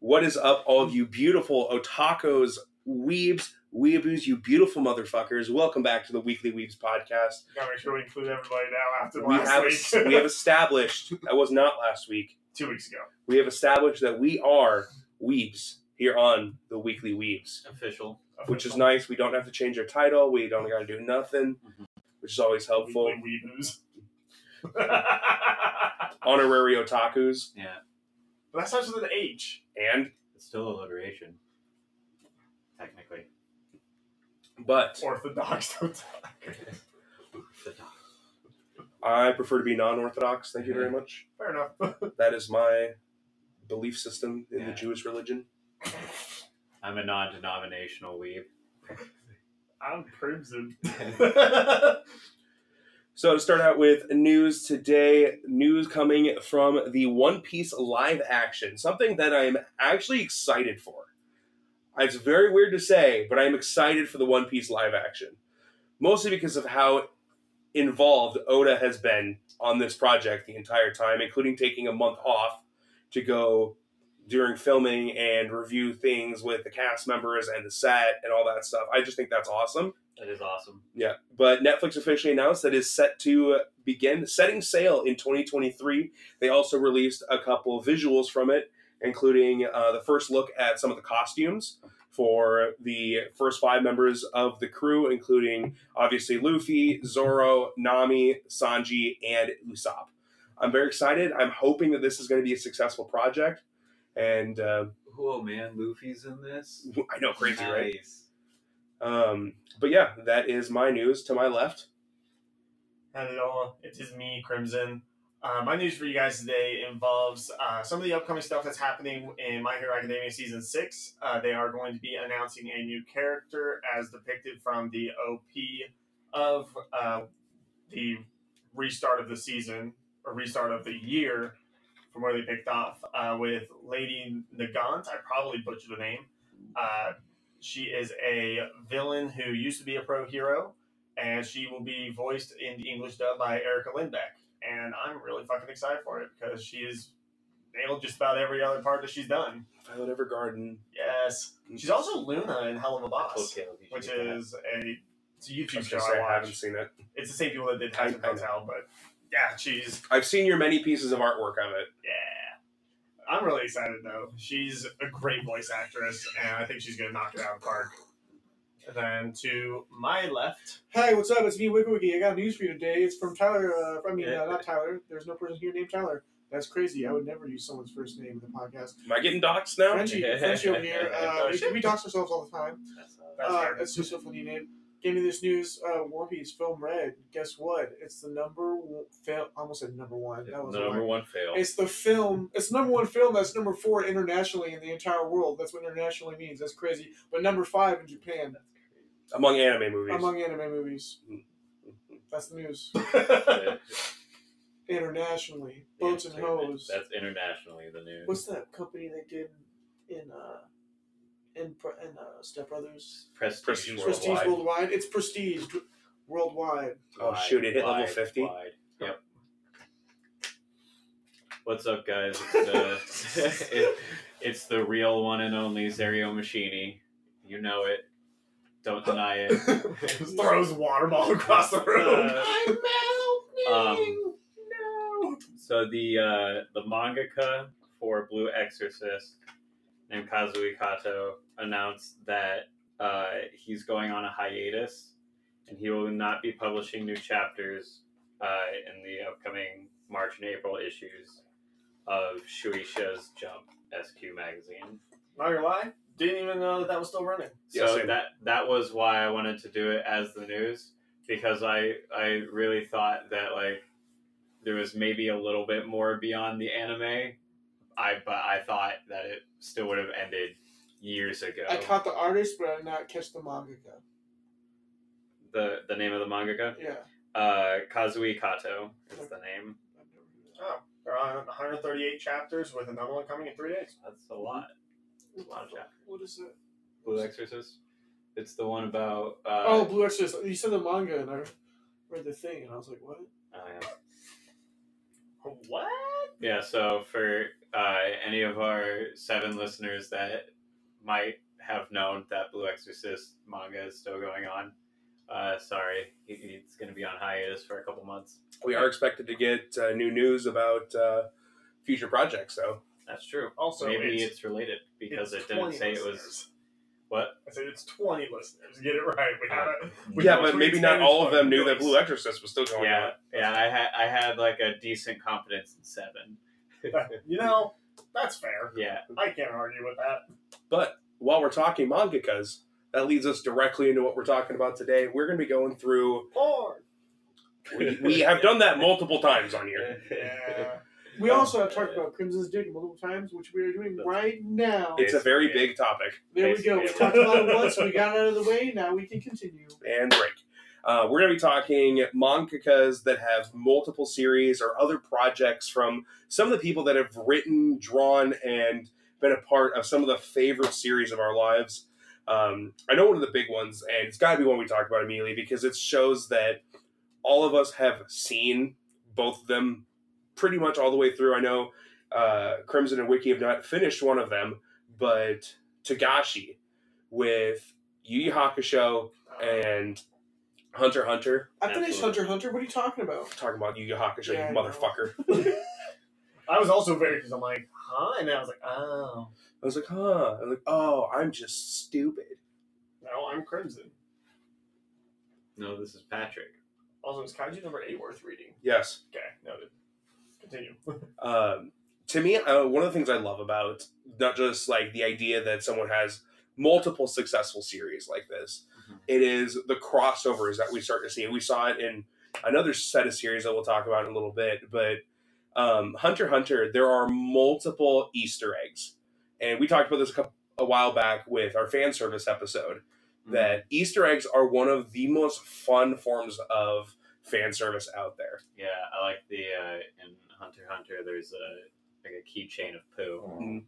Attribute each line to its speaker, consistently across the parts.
Speaker 1: What is up, all of you beautiful otakos, weebs, weeaboos, you beautiful motherfuckers? Welcome back to the Weekly Weebs podcast.
Speaker 2: Gotta make sure we include everybody now after
Speaker 1: We have,
Speaker 2: last week.
Speaker 1: we have established, that was not last week,
Speaker 2: Two weeks ago.
Speaker 1: we have established that we are weebs here on the Weekly Weebs,
Speaker 3: official.
Speaker 1: which is
Speaker 2: Official.
Speaker 1: nice. We don't have to change our title, we don't gotta do nothing, which is always helpful.
Speaker 2: Weekly weeboos.
Speaker 1: Honorary otakus
Speaker 3: Yeah,
Speaker 2: But that starts with an H.
Speaker 1: and
Speaker 3: it's still alliteration, technically.
Speaker 1: but
Speaker 2: Orthodox. don't-
Speaker 1: I prefer to be non orthodox. Thank you very much.
Speaker 2: Fair enough.
Speaker 1: That is my belief system in the
Speaker 3: Yeah.
Speaker 1: Jewish religion.
Speaker 3: I'm a non-denominational weeb.
Speaker 2: I'm crimson.
Speaker 1: So to start out with news today, news coming from the One Piece live action, something that I'm actually excited for. Uh, It's very weird to say, but I'm excited for the One Piece live action. Mostly because of how involved Oda has been on this project the entire time, including taking a month off to go during filming and review things with the cast members and the set and all that stuff. I just think that's awesome.
Speaker 3: That is awesome.
Speaker 1: Yeah, but Netflix officially announced that it's set to uh, begin setting sail in 2023. They also released a couple of visuals from it, including uh, the first look at some of the costumes for the first five members of the crew, including obviously Luffy, Zoro, Nami, Sanji, and Usopp. I'm very excited. I'm hoping that this is going to be a successful project. And uh,
Speaker 3: Whoa, Oh, man, Luffy's in this.
Speaker 1: I
Speaker 4: Oh,
Speaker 1: know, crazy, right?
Speaker 3: Nice.
Speaker 1: Um, but yeah, that is my news. To my left,
Speaker 2: Hello, it is me, Crimson. Uh, my news for you guys today involves uh, some of the upcoming stuff that's happening in My Hero Academia Season 6. Uh, they are going to be announcing a new character as depicted from the OP of uh, the restart of the season, or restart of the year, from where they picked off, uh, with Lady Nagant. I probably butchered the name. Uh, she is a villain who used to be a pro hero and she will be voiced in the English dub by Erica Lindbeck. And I'm really fucking excited for it because she is nailed just about every other part that she's done.
Speaker 1: Violet Evergarden.
Speaker 2: Yes, she's also Luna in Hell of a Boss,
Speaker 3: Hotel, you should
Speaker 2: which
Speaker 3: get that.
Speaker 2: is a it's a
Speaker 1: I
Speaker 2: YouTube
Speaker 1: was
Speaker 2: show
Speaker 1: gonna say,
Speaker 2: I
Speaker 1: I haven't
Speaker 2: watch.
Speaker 1: seen it.
Speaker 2: It's the same people that did
Speaker 1: I-
Speaker 2: Hazard
Speaker 1: I know.
Speaker 2: Hotel, but yeah, she's
Speaker 1: I've seen your many pieces of artwork of it.
Speaker 2: yeah. I'm really excited though. She's a great voice actress, and I think she's gonna knock it out of the park. And then to my left,
Speaker 4: Hi, what's up? It's me, Wiggy Wiggy. I got news for you today. It's from Tyler. Uh, I mean,
Speaker 3: Yeah.
Speaker 4: uh, not Tyler. There's no person here named Tyler. That's crazy. I would never use someone's first name in the podcast.
Speaker 1: Am I getting doxxed now?
Speaker 4: Frenchie, Frenchie over here. Uh,
Speaker 2: Oh,
Speaker 4: we,
Speaker 2: shit.
Speaker 4: we dox ourselves all the time.
Speaker 3: That's, uh,
Speaker 2: That's
Speaker 4: uh,
Speaker 2: fair.
Speaker 4: that's just a funny name. Gave me this news. Uh, One Piece film red. Guess what? It's the number one film. I almost said number one. That was
Speaker 3: number one fail.
Speaker 4: It's the film. It's the number one film that's number four internationally in the entire world. That's what internationally means. That's crazy. But number five in Japan
Speaker 1: Among anime movies.
Speaker 4: among anime movies. That's the news.
Speaker 3: Uh,
Speaker 4: internationally. Boats
Speaker 3: yeah,
Speaker 4: and hoes.
Speaker 3: That's internationally the news.
Speaker 4: What's that company they did in uh in Pre- in uh, Step Brothers?
Speaker 3: Prestige,
Speaker 1: Prestige
Speaker 3: worldwide.
Speaker 4: Prestige Worldwide. It's Prestige d- Worldwide.
Speaker 1: Oh, shoot, it hit level 50?
Speaker 3: wide. Yep. What's up, guys? It's the, it- it's the real one and only Zario Machini. You know it. Don't deny it.
Speaker 2: Just throws a water bottle across the room.
Speaker 3: Uh,
Speaker 2: I'm
Speaker 3: melting.
Speaker 2: no.
Speaker 3: So the uh, the mangaka for Blue Exorcist, named Kazui Kato, announced that uh, he's going on a hiatus, and he will not be publishing new chapters uh, in the upcoming March and April issues of Shueisha's Jump SQ magazine.
Speaker 2: Not gonna lie, didn't even know that that was still running.
Speaker 1: Yeah,
Speaker 3: So
Speaker 1: same.
Speaker 3: that that was why I wanted to do it as the news because I I really thought that like there was maybe a little bit more beyond the anime. I but I thought that it still would have ended years ago.
Speaker 4: I caught the artist, but I did not catch the mangaka.
Speaker 3: the the name of the mangaka.
Speaker 4: Yeah.
Speaker 3: Uh, Kazui Kato is the name.
Speaker 4: I've never heard of
Speaker 2: Oh, they're on 138 chapters with another one coming in three days.
Speaker 3: That's a lot.
Speaker 4: that.
Speaker 3: Wow, Jack.
Speaker 4: What is it?
Speaker 3: Blue Exorcist. It's the one about. Uh,
Speaker 4: oh, Blue Exorcist. You said the manga, and I read the thing, and I was like, what?
Speaker 3: oh, yeah.
Speaker 2: What?
Speaker 3: Yeah, so for uh, any of our seven listeners that might have known that Blue Exorcist manga is still going on, uh, sorry, it- it's going to be on hiatus for a couple months.
Speaker 1: We are expected to get uh, new news about uh, future projects, though.
Speaker 3: That's true.
Speaker 2: Also,
Speaker 3: Maybe
Speaker 2: it's,
Speaker 3: it's, related because
Speaker 2: it's
Speaker 3: it didn't
Speaker 2: 20
Speaker 3: say it was
Speaker 2: listeners.
Speaker 3: what.
Speaker 2: I said it's 20 listeners. Get it right. We
Speaker 3: Uh,
Speaker 2: gotta, we
Speaker 1: yeah,
Speaker 2: know
Speaker 1: but
Speaker 2: between
Speaker 1: maybe
Speaker 2: 10
Speaker 1: not
Speaker 2: and
Speaker 1: all of them
Speaker 2: 20
Speaker 1: knew that
Speaker 2: days.
Speaker 1: Blue Exorcist was still going
Speaker 3: Yeah,
Speaker 1: on.
Speaker 3: yeah. I had I had like a decent confidence in seven.
Speaker 2: you know, that's fair.
Speaker 3: Yeah,
Speaker 2: I can't argue with that.
Speaker 1: But while we're talking mangakas, that leads us directly into what we're talking about today. We're going to be going through.
Speaker 2: Porn.
Speaker 1: We, we have done that multiple times on here.
Speaker 2: Yeah.
Speaker 4: We also have talked about Crimson's Dick multiple times, which we are doing right now.
Speaker 1: It's a very big topic
Speaker 4: There we go. We talked about it once. We got it out of the way. Now we can continue.
Speaker 1: and break. Uh, we're going to be talking mangakas that have multiple series or other projects from some of the people that have written, drawn, and been a part of some of the favorite series of our lives. Um, I know one of the big ones, and it's got to be one we talked about immediately because it shows that all of us have seen both of them pretty much all the way through. I know uh, Crimson and Wiki have not finished one of them, but Tagashi with Yu Yu Hakusho and Hunter x Hunter.
Speaker 4: I finished
Speaker 3: Absolutely.
Speaker 4: Hunter x Hunter. What are you talking about?
Speaker 1: Talking about Yu Yu Hakusho,
Speaker 4: Yeah, I
Speaker 1: you
Speaker 4: know.
Speaker 1: motherfucker. I
Speaker 2: I was also very because I'm like, huh? And then I was like, oh,
Speaker 1: was like, huh? I was like, oh, I'm just stupid.
Speaker 2: no, I'm Crimson.
Speaker 3: No, this is Patrick.
Speaker 2: Also, is Kaiju number eight worth reading?
Speaker 1: Yes.
Speaker 2: Okay, noted. Continue.
Speaker 1: um, to me, uh, one of the things I love about not just like the idea that someone has multiple successful series like this,
Speaker 3: Mhm.
Speaker 1: it is the crossovers that we start to see. We saw it in another set of series that we'll talk about in a little bit, but um, Hunter x Hunter, there are multiple Easter eggs, and we talked about this a, couple, a while back with our fan service episode that Easter eggs are one of the most fun forms of fan service out there.
Speaker 3: Yeah, I like the uh, in Hunter x Hunter. There's a like a keychain of poo.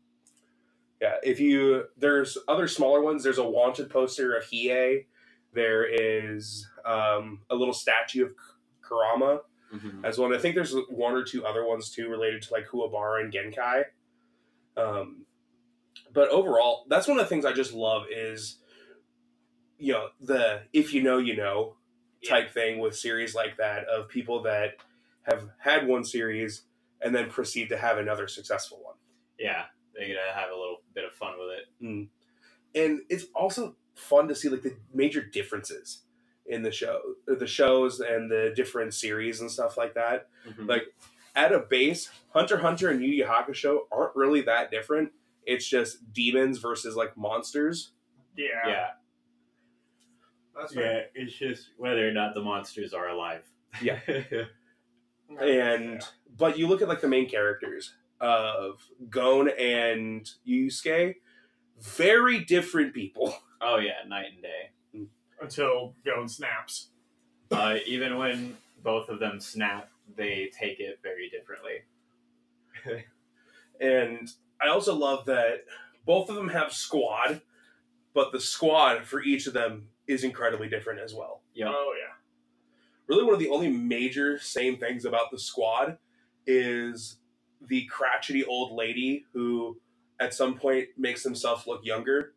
Speaker 1: Yeah, if you there's other smaller ones. There's a wanted poster of Hiei. There is um, a little statue of K- Kurama
Speaker 3: Mm-hmm.
Speaker 1: as well. And I think there's one or two other ones too related to like Huabara and Genkai. Um, but overall, that's one of the things I just love is you know the if you know you know type thing with series like that of people that have had one series and then proceed to have another successful one.
Speaker 3: Yeah, they get to have a little bit of fun with it.
Speaker 1: and it's also fun to see like the major differences in the show the shows and the different series and stuff like that Like- at a base hunter x hunter and yu yu hakusho aren't really that different it's just demons versus like monsters
Speaker 2: yeah,
Speaker 3: yeah,
Speaker 2: that's fair.
Speaker 3: yeah. It's just whether or not the monsters are alive.
Speaker 1: Yeah.
Speaker 2: No,
Speaker 1: and
Speaker 2: yeah.
Speaker 1: but you look at like the main characters of gon and yusuke very different people
Speaker 3: oh yeah, night and day.
Speaker 2: until Gon snaps.
Speaker 3: Uh, even when both of them snap, they take it very differently.
Speaker 1: and i also love that both of them have squad but the squad for each of them is incredibly different as well
Speaker 3: Yeah.
Speaker 2: Oh yeah,
Speaker 1: really one of the only major same things about the squad is the crotchety old lady who at some point makes himself look younger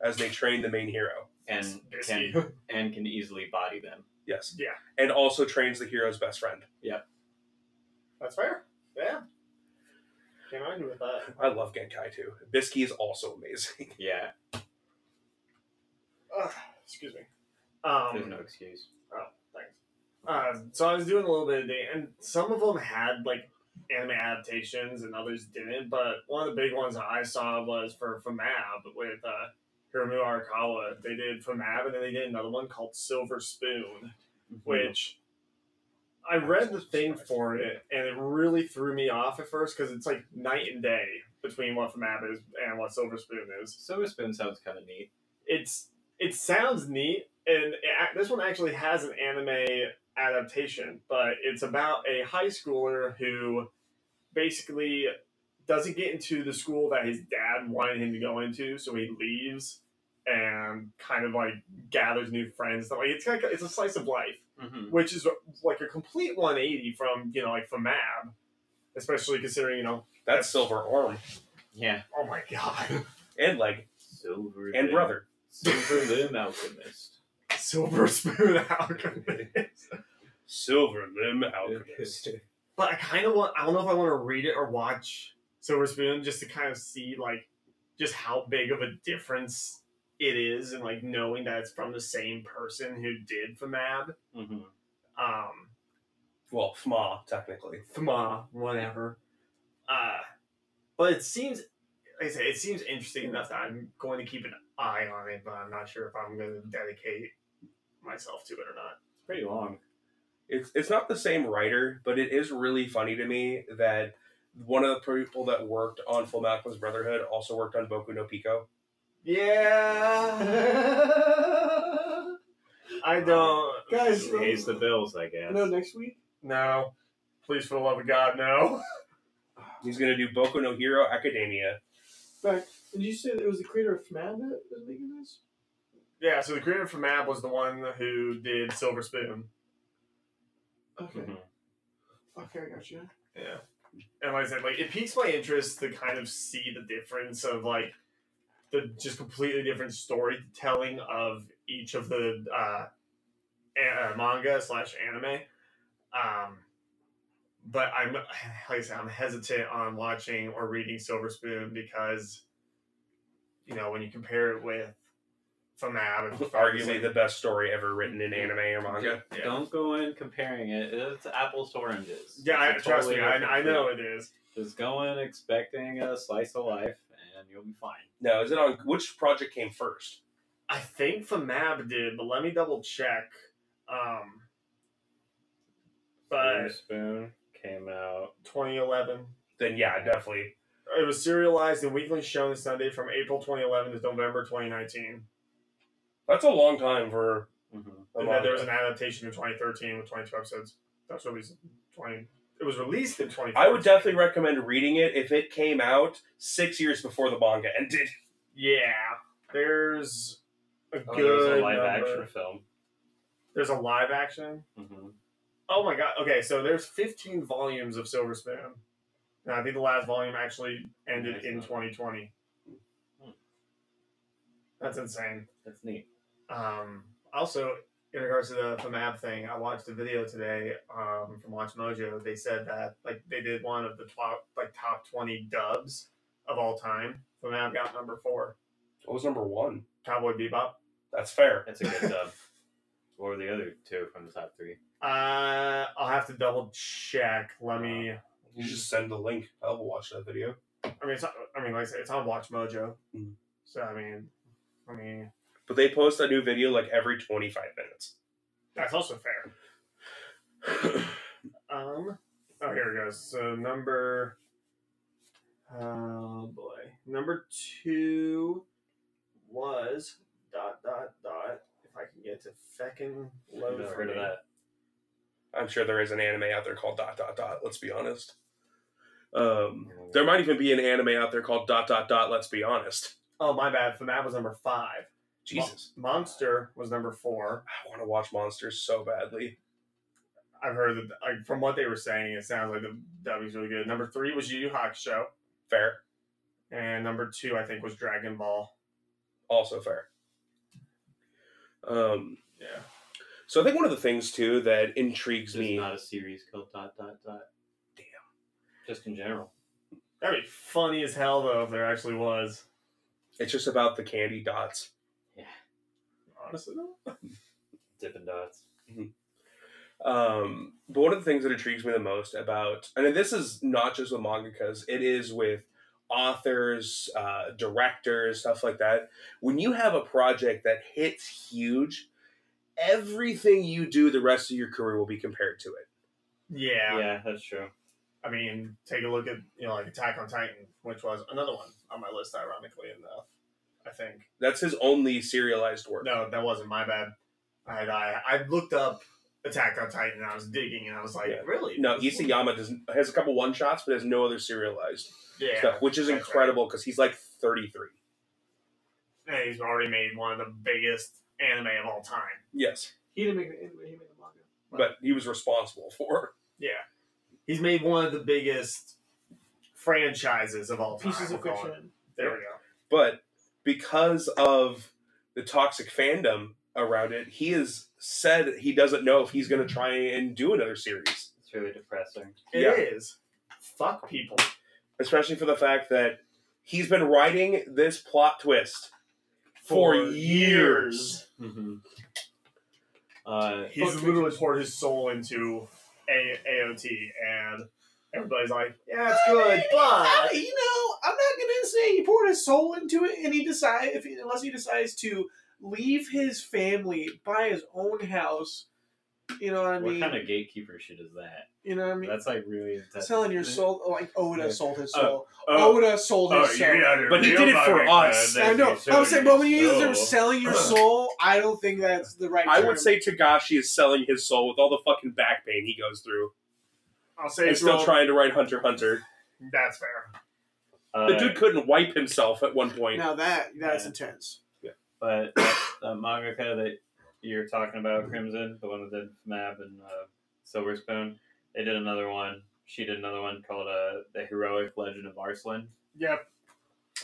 Speaker 1: as they train the main hero.
Speaker 3: and
Speaker 2: Risky.
Speaker 3: can and can easily body them.
Speaker 1: Yes.
Speaker 2: Yeah.
Speaker 1: And also trains the hero's best friend.
Speaker 2: that's fair. Yeah, can't argue with that.
Speaker 1: I love Genkai too. Bisky is also amazing.
Speaker 3: Yeah,
Speaker 2: Ugh, excuse me.
Speaker 3: there's
Speaker 2: Um,
Speaker 3: no excuse.
Speaker 2: Thanks. Uh, so I was doing a little bit of dating, and some of them had like anime adaptations, and others didn't. But one of the big ones that I saw was for Famab with uh, Hiromu Arakawa. They did Famab, and then they did another one called Silver Spoon,
Speaker 3: Mm-hmm.
Speaker 2: which I read the thing for it, and it really threw me off at first because it's like night and day between what from Abbott is and what Silver Spoon is.
Speaker 3: Silver Spoon sounds kind of neat.
Speaker 2: It's it sounds neat, and it, ac- this one actually has an anime adaptation, but it's about a high schooler who basically doesn't get into the school that his dad wanted him to go into, so he leaves and kind of like gathers new friends. Like it's like a, it's a slice of life
Speaker 3: Mm-hmm.
Speaker 2: which is like a complete 180 from you know like from Mab, especially considering you know
Speaker 1: That's Silver Arm
Speaker 3: Yeah.
Speaker 2: oh my god,
Speaker 1: and Leg
Speaker 3: Silver
Speaker 1: and
Speaker 3: Lim-
Speaker 1: Brother.
Speaker 3: Silver Lim Alchemist.
Speaker 2: Silver Spoon Alchemist.
Speaker 1: Silver Limb Alchemist.
Speaker 2: But I kind of want I don't know if I want to read it or watch Silver Spoon just to kind of see like just how big of a difference it is and like knowing that it's from the same person who did Famab.
Speaker 3: hmm
Speaker 2: Um,
Speaker 1: well, Fma, technically.
Speaker 2: Thma, whatever. Uh, but it seems, like I say, it seems interesting enough that I'm going to keep an eye on it, but I'm not sure if I'm going to dedicate myself to it or not.
Speaker 3: It's pretty long.
Speaker 1: it's it's not the same writer, but it is really funny to me that one of the people that worked on Full Metal's Brotherhood also worked on Boku no Pico.
Speaker 2: Yeah. I don't.
Speaker 4: Guys,
Speaker 3: He pays the bills, I guess.
Speaker 4: No, next week.
Speaker 2: No. Please, for the love of God, no.
Speaker 1: He's gonna do Boku no Hero Academia.
Speaker 4: Back. Did you say that it was the creator of Fnab that was making this?
Speaker 2: Yeah, so the creator for Mab was the one who did Silver Spoon.
Speaker 4: Okay.
Speaker 3: Mhm.
Speaker 4: Okay, I got you.
Speaker 2: Yeah. And like I said, like it piques my interest to kind of see the difference of like the just completely different storytelling of each of the uh, a- uh manga slash anime. Um, but I'm like I said, I'm hesitant on watching or reading Silver Spoon because you know when you compare it with Famab, it's
Speaker 1: Arguably the best story ever written in anime or manga.
Speaker 3: D- Don't go in comparing it. It's apples to oranges.
Speaker 2: yeah, I,
Speaker 3: It's a
Speaker 2: trust me,
Speaker 3: totally
Speaker 2: I,
Speaker 3: different
Speaker 2: I know
Speaker 3: thing.
Speaker 2: it is.
Speaker 3: Just go in expecting a slice of life, and you'll be fine.
Speaker 1: No, is it on which project came first?
Speaker 2: I think Famab did, but let me double check. Um, but
Speaker 3: Spoon came out.
Speaker 2: 2011,
Speaker 1: Then yeah, definitely.
Speaker 2: it was serialized and weekly shown Sunday from April 2011 to November 2019.
Speaker 1: That's a long time for
Speaker 3: Mhm.
Speaker 1: a
Speaker 2: And then there was
Speaker 1: manga.
Speaker 2: an adaptation in 2013 with 22 episodes. That's released in 20. It was released in 20.
Speaker 1: I would definitely recommend reading it if it came out six years before the manga ended.
Speaker 2: Yeah, there's a
Speaker 3: Oh,
Speaker 2: good
Speaker 3: there's a live
Speaker 2: number.
Speaker 3: action film.
Speaker 2: There's a live action.
Speaker 3: hmm
Speaker 2: Oh my god. Okay, so there's 15 volumes of Silver Spoon. And I think the last volume actually ended
Speaker 3: Nice.
Speaker 2: in 2020.
Speaker 3: Hmm.
Speaker 2: That's insane.
Speaker 3: That's neat.
Speaker 2: Um, also, in regards to the FMAB thing, I watched a video today um, from Watch Mojo. They said that like they did one of the top like top 20 dubs of all time. FMAB got number four.
Speaker 1: What was number one?
Speaker 2: Cowboy Bebop.
Speaker 1: That's fair.
Speaker 3: That's a good dub. What were the other two from the top three?
Speaker 2: Uh, I'll have to double check. Let me.
Speaker 1: You just send the link. I will watch that video.
Speaker 2: I mean, it's not, I mean, like I said, it's on Watch Mojo.
Speaker 1: Mhm.
Speaker 2: So I mean, I mean,
Speaker 1: But they post a new video like every 25 minutes.
Speaker 2: that's also fair. Um, oh here it goes. So number, oh boy, number two was dot dot dot. If I can get to feckin'
Speaker 3: I've
Speaker 2: load
Speaker 3: never
Speaker 2: for
Speaker 3: heard
Speaker 2: me.
Speaker 3: of that.
Speaker 1: I'm sure there is an anime out there called dot dot dot. Let's be honest. Um, there might even be an anime out there called dot dot dot. Let's be honest.
Speaker 2: Oh my bad. Famat was number five.
Speaker 1: Jesus,
Speaker 2: Mo- Monster was number four.
Speaker 1: I want to watch monsters so badly.
Speaker 2: I've heard that like, from what they were saying, it sounds like the W's really good. Number three was Yu Yu Hakusho,
Speaker 1: Fair,
Speaker 2: and number two I think was Dragon Ball.
Speaker 1: also fair. Um,
Speaker 2: Yeah.
Speaker 1: so I think one of the things too that intrigues
Speaker 3: It's
Speaker 1: me.
Speaker 3: not a series called dot dot dot.
Speaker 1: Damn.
Speaker 3: Just in general.
Speaker 2: That'd be funny as hell though if there actually was.
Speaker 1: It's just about the candy dots.
Speaker 2: Honestly though.
Speaker 3: Dippin' dots.
Speaker 1: Um, but one of the things that intrigues me the most about, and this is not just with mangakas, it is with authors, uh, directors, stuff like that. When you have a project that hits huge, everything you do the rest of your career will be compared to it.
Speaker 2: Yeah.
Speaker 3: Yeah, that's true.
Speaker 2: I mean, take a look at you know like Attack on Titan, which was another one on my list, ironically enough. I think
Speaker 1: That's his only serialized work.
Speaker 2: no, that wasn't my bad. I had, I I looked up Attack on Titan and I was digging and I was like,
Speaker 1: Yeah.
Speaker 2: really?
Speaker 1: No, Isayama does has a couple one shots, but has no other serialized
Speaker 2: yeah,
Speaker 1: stuff, which is
Speaker 2: that's right.
Speaker 1: incredible because he's like 33.
Speaker 2: And he's already made one of the biggest anime of all time.
Speaker 1: Yes,
Speaker 4: He didn't make the anime. He made the manga.
Speaker 1: but he was responsible for.
Speaker 2: Yeah, he's made one of the biggest franchises of all time.
Speaker 4: Pieces of
Speaker 2: we'll call it.
Speaker 4: fiction.
Speaker 2: There we go.
Speaker 1: But because of the toxic fandom around it, he has said he doesn't know if he's going to try and do another series,
Speaker 3: It's really depressing.
Speaker 2: It
Speaker 1: Yeah.
Speaker 2: is Fuck people.
Speaker 1: especially for the fact that he's been writing this plot twist for,
Speaker 2: For
Speaker 1: years.
Speaker 3: Mm-hmm. Uh,
Speaker 2: He's
Speaker 4: Fuck
Speaker 2: literally poured his soul into a- AOT, and everybody's like, "Yeah, it's good,
Speaker 4: I-
Speaker 2: but
Speaker 4: you know, I'm not gonna say he poured his soul into it, and he decide if he, unless he decides to leave his family, buy his own house. You know what I
Speaker 3: what
Speaker 4: mean?
Speaker 3: kind of gatekeeper shit is that?
Speaker 4: you know what I mean?
Speaker 3: That's like really. intense.
Speaker 4: Selling your soul, like Oda
Speaker 3: Yeah.
Speaker 4: sold his
Speaker 3: Oh,
Speaker 4: soul. Oda
Speaker 2: Oh,
Speaker 4: sold his soul.
Speaker 1: But he did it for us.
Speaker 4: I know. I was saying, but when you use the term selling your soul, I don't think that's the right.
Speaker 1: I
Speaker 4: term.
Speaker 1: would say Tagashi is selling his soul with all the fucking back pain he goes through,
Speaker 2: I'll say
Speaker 1: and
Speaker 2: it's
Speaker 1: still
Speaker 2: wrong.
Speaker 1: trying to write Hunter x Hunter.
Speaker 2: That's fair.
Speaker 3: Uh,
Speaker 1: The dude couldn't wipe himself at one point.
Speaker 4: now that that's
Speaker 3: Yeah.
Speaker 4: intense.
Speaker 3: But that, that mangaka that you're talking about, Crimson, the one that did Mab and uh, Silver Spoon, they did another one. She did another one called uh, The Heroic Legend of Arslan.
Speaker 2: Yep.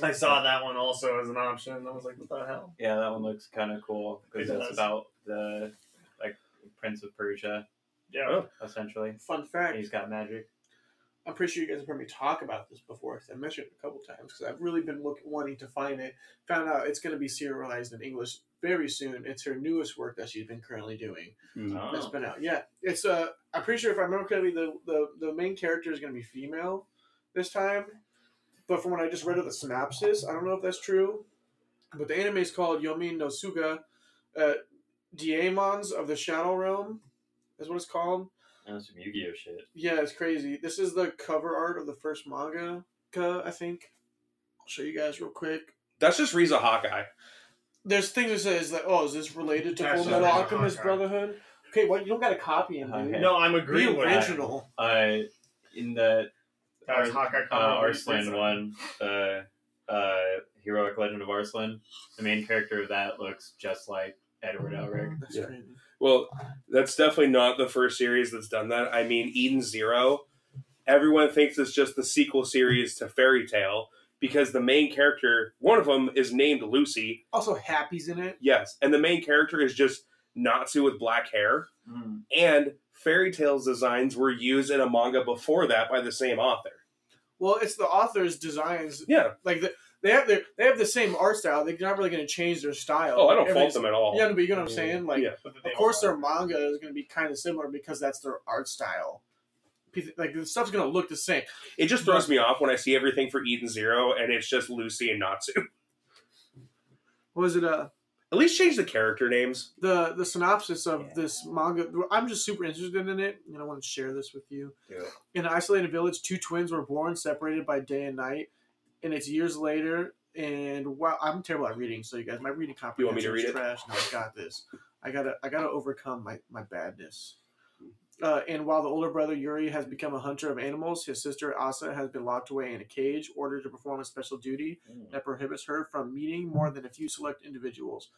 Speaker 2: I saw that one also as an option. I was like, what the hell?
Speaker 3: Yeah, that one looks kind of cool
Speaker 2: It
Speaker 3: because
Speaker 2: does.
Speaker 3: it's about the like Prince of Persia,
Speaker 2: Yeah.
Speaker 1: Oh.
Speaker 3: essentially.
Speaker 4: Fun fact:
Speaker 3: He's got magic.
Speaker 4: I'm pretty sure you guys have heard me talk about this before. 'cause I mentioned it a couple times because I've really been looking, wanting to find it. Found out it's going to be serialized in English very soon. It's her newest work that she's been currently doing. That's
Speaker 3: Oh.
Speaker 4: been out. Yeah, it's uh, I'm pretty sure if I remember correctly, the the, the main character is going to be female this time. But from what I just read of the synopsis, I don't know if that's true. But the anime is called Yomi no Suga, uh, Diemons of the Shadow Realm, is what it's called.
Speaker 3: That's some Yu Gi Oh shit.
Speaker 4: Yeah, it's crazy. This is the cover art of the first manga, I think. I'll show you guys real quick.
Speaker 1: That's just Riza Hawkeye.
Speaker 4: There's things that says like, oh, is this related to
Speaker 2: That's
Speaker 4: Full
Speaker 3: not
Speaker 4: Metal
Speaker 3: Ninja
Speaker 4: Alchemist
Speaker 2: Hawkeye.
Speaker 4: Brotherhood? Okay, well, you don't got to copy him, dude.
Speaker 3: Okay.
Speaker 2: No, I'm
Speaker 4: Be
Speaker 2: agreeing with that.
Speaker 4: original.
Speaker 3: Uh, in the
Speaker 2: That was Hawkeye
Speaker 3: uh,
Speaker 2: comic.
Speaker 3: Arslan one, uh, uh, Heroic Legend of Arslan, the main character of that looks just like Edward Elric.
Speaker 4: That's
Speaker 1: Yeah.
Speaker 4: crazy.
Speaker 1: Well, that's definitely not the first series that's done that. I mean, Eden Zero, everyone thinks it's just the sequel series to Fairy Tale because the main character, one of them, is named Lucy.
Speaker 4: Also, Happy's in it.
Speaker 1: Yes, and the main character is just Natsu with black hair.
Speaker 3: Hmm.
Speaker 1: And Fairy Tale's designs were used in a manga before that by the same author.
Speaker 4: Well, it's the author's designs.
Speaker 1: Yeah.
Speaker 4: Like the, they have their, they have the same art style. They're not really going to change their style.
Speaker 1: Oh, I don't fault
Speaker 4: Everything's-
Speaker 1: them at all.
Speaker 4: Yeah, but you know what I'm saying. Like,
Speaker 1: Yeah.
Speaker 4: of course their manga is going to be kind of similar because that's their art style Pe- like the stuff's going to look the same
Speaker 1: It just throws me off when I see everything for Eden Zero and it's just Lucy and Natsu.
Speaker 4: what was it uh
Speaker 1: At least change the character names.
Speaker 4: the the synopsis of this manga i'm just super interested in it and i want to share this with you
Speaker 3: Do it.
Speaker 4: in an isolated village two twins were born separated by day and night and it's years later and wow i'm terrible at reading so you guys my reading comprehension
Speaker 1: You want me to read
Speaker 4: is
Speaker 1: it?
Speaker 4: trash no, i got this i gotta i gotta overcome my my badness uh, and while the older brother Yuri has become a hunter of animals, his sister Asa has been locked away in a cage, ordered to perform a special duty that prohibits her from meeting more than a few select individuals.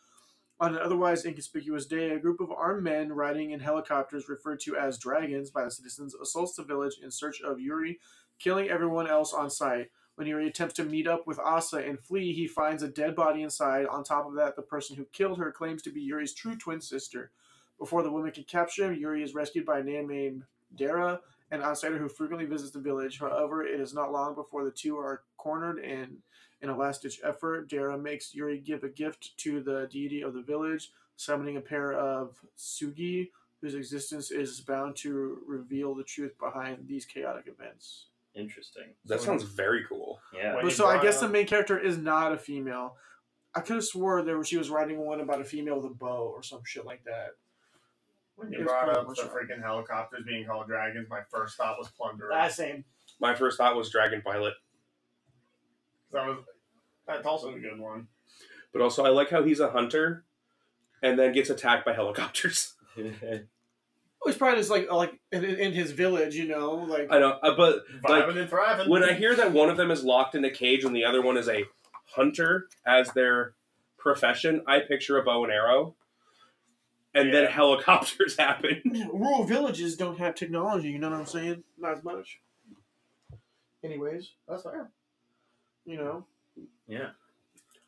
Speaker 4: On an otherwise inconspicuous day, a group of armed men riding in helicopters referred to as dragons by the citizens assaults the village in search of Yuri, killing everyone else on sight. When Yuri attempts to meet up with Asa and flee, he finds a dead body inside. On top of that, the person who killed her claims to be Yuri's true twin sister. Before the woman can capture him, Yuri is rescued by a man named Dara, an outsider who frequently visits the village. However, it is not long before the two are cornered and in a last ditch effort, Dara makes Yuri give a gift to the deity of the village, summoning a pair of Sugi, whose existence is bound to reveal the truth behind these chaotic events.
Speaker 3: Interesting.
Speaker 1: That sounds very cool.
Speaker 3: Yeah.
Speaker 2: Wait.
Speaker 4: But
Speaker 2: you
Speaker 4: so I
Speaker 2: brought
Speaker 4: guess the
Speaker 2: up-
Speaker 4: main character is not a female. I could have swore there was, she was writing one about a female with a bow or some shit like that.
Speaker 2: When you
Speaker 4: Here's
Speaker 2: brought
Speaker 4: Carl
Speaker 2: up the
Speaker 4: Bushra.
Speaker 2: freaking helicopters being called dragons, my first thought was plunderer.
Speaker 4: That same.
Speaker 1: My first thought was Dragon Pilot,
Speaker 2: 'Cause that was that's also a good one.
Speaker 1: but also I like how he's a hunter, and then gets attacked by helicopters.
Speaker 4: Well, he's probably just like uh, like in, in in his village, you know, like
Speaker 1: I know, uh, but Like,
Speaker 2: Vibing and thriving.
Speaker 1: when I hear that one of them is locked in a cage and the other one is a hunter as their profession, I picture a bow and arrow, and then
Speaker 2: Yeah.
Speaker 1: helicopters happen.
Speaker 4: rural villages don't have technology. You know what I'm saying? Not as much. Anyways,
Speaker 2: that's fair.
Speaker 4: you know,
Speaker 3: yeah.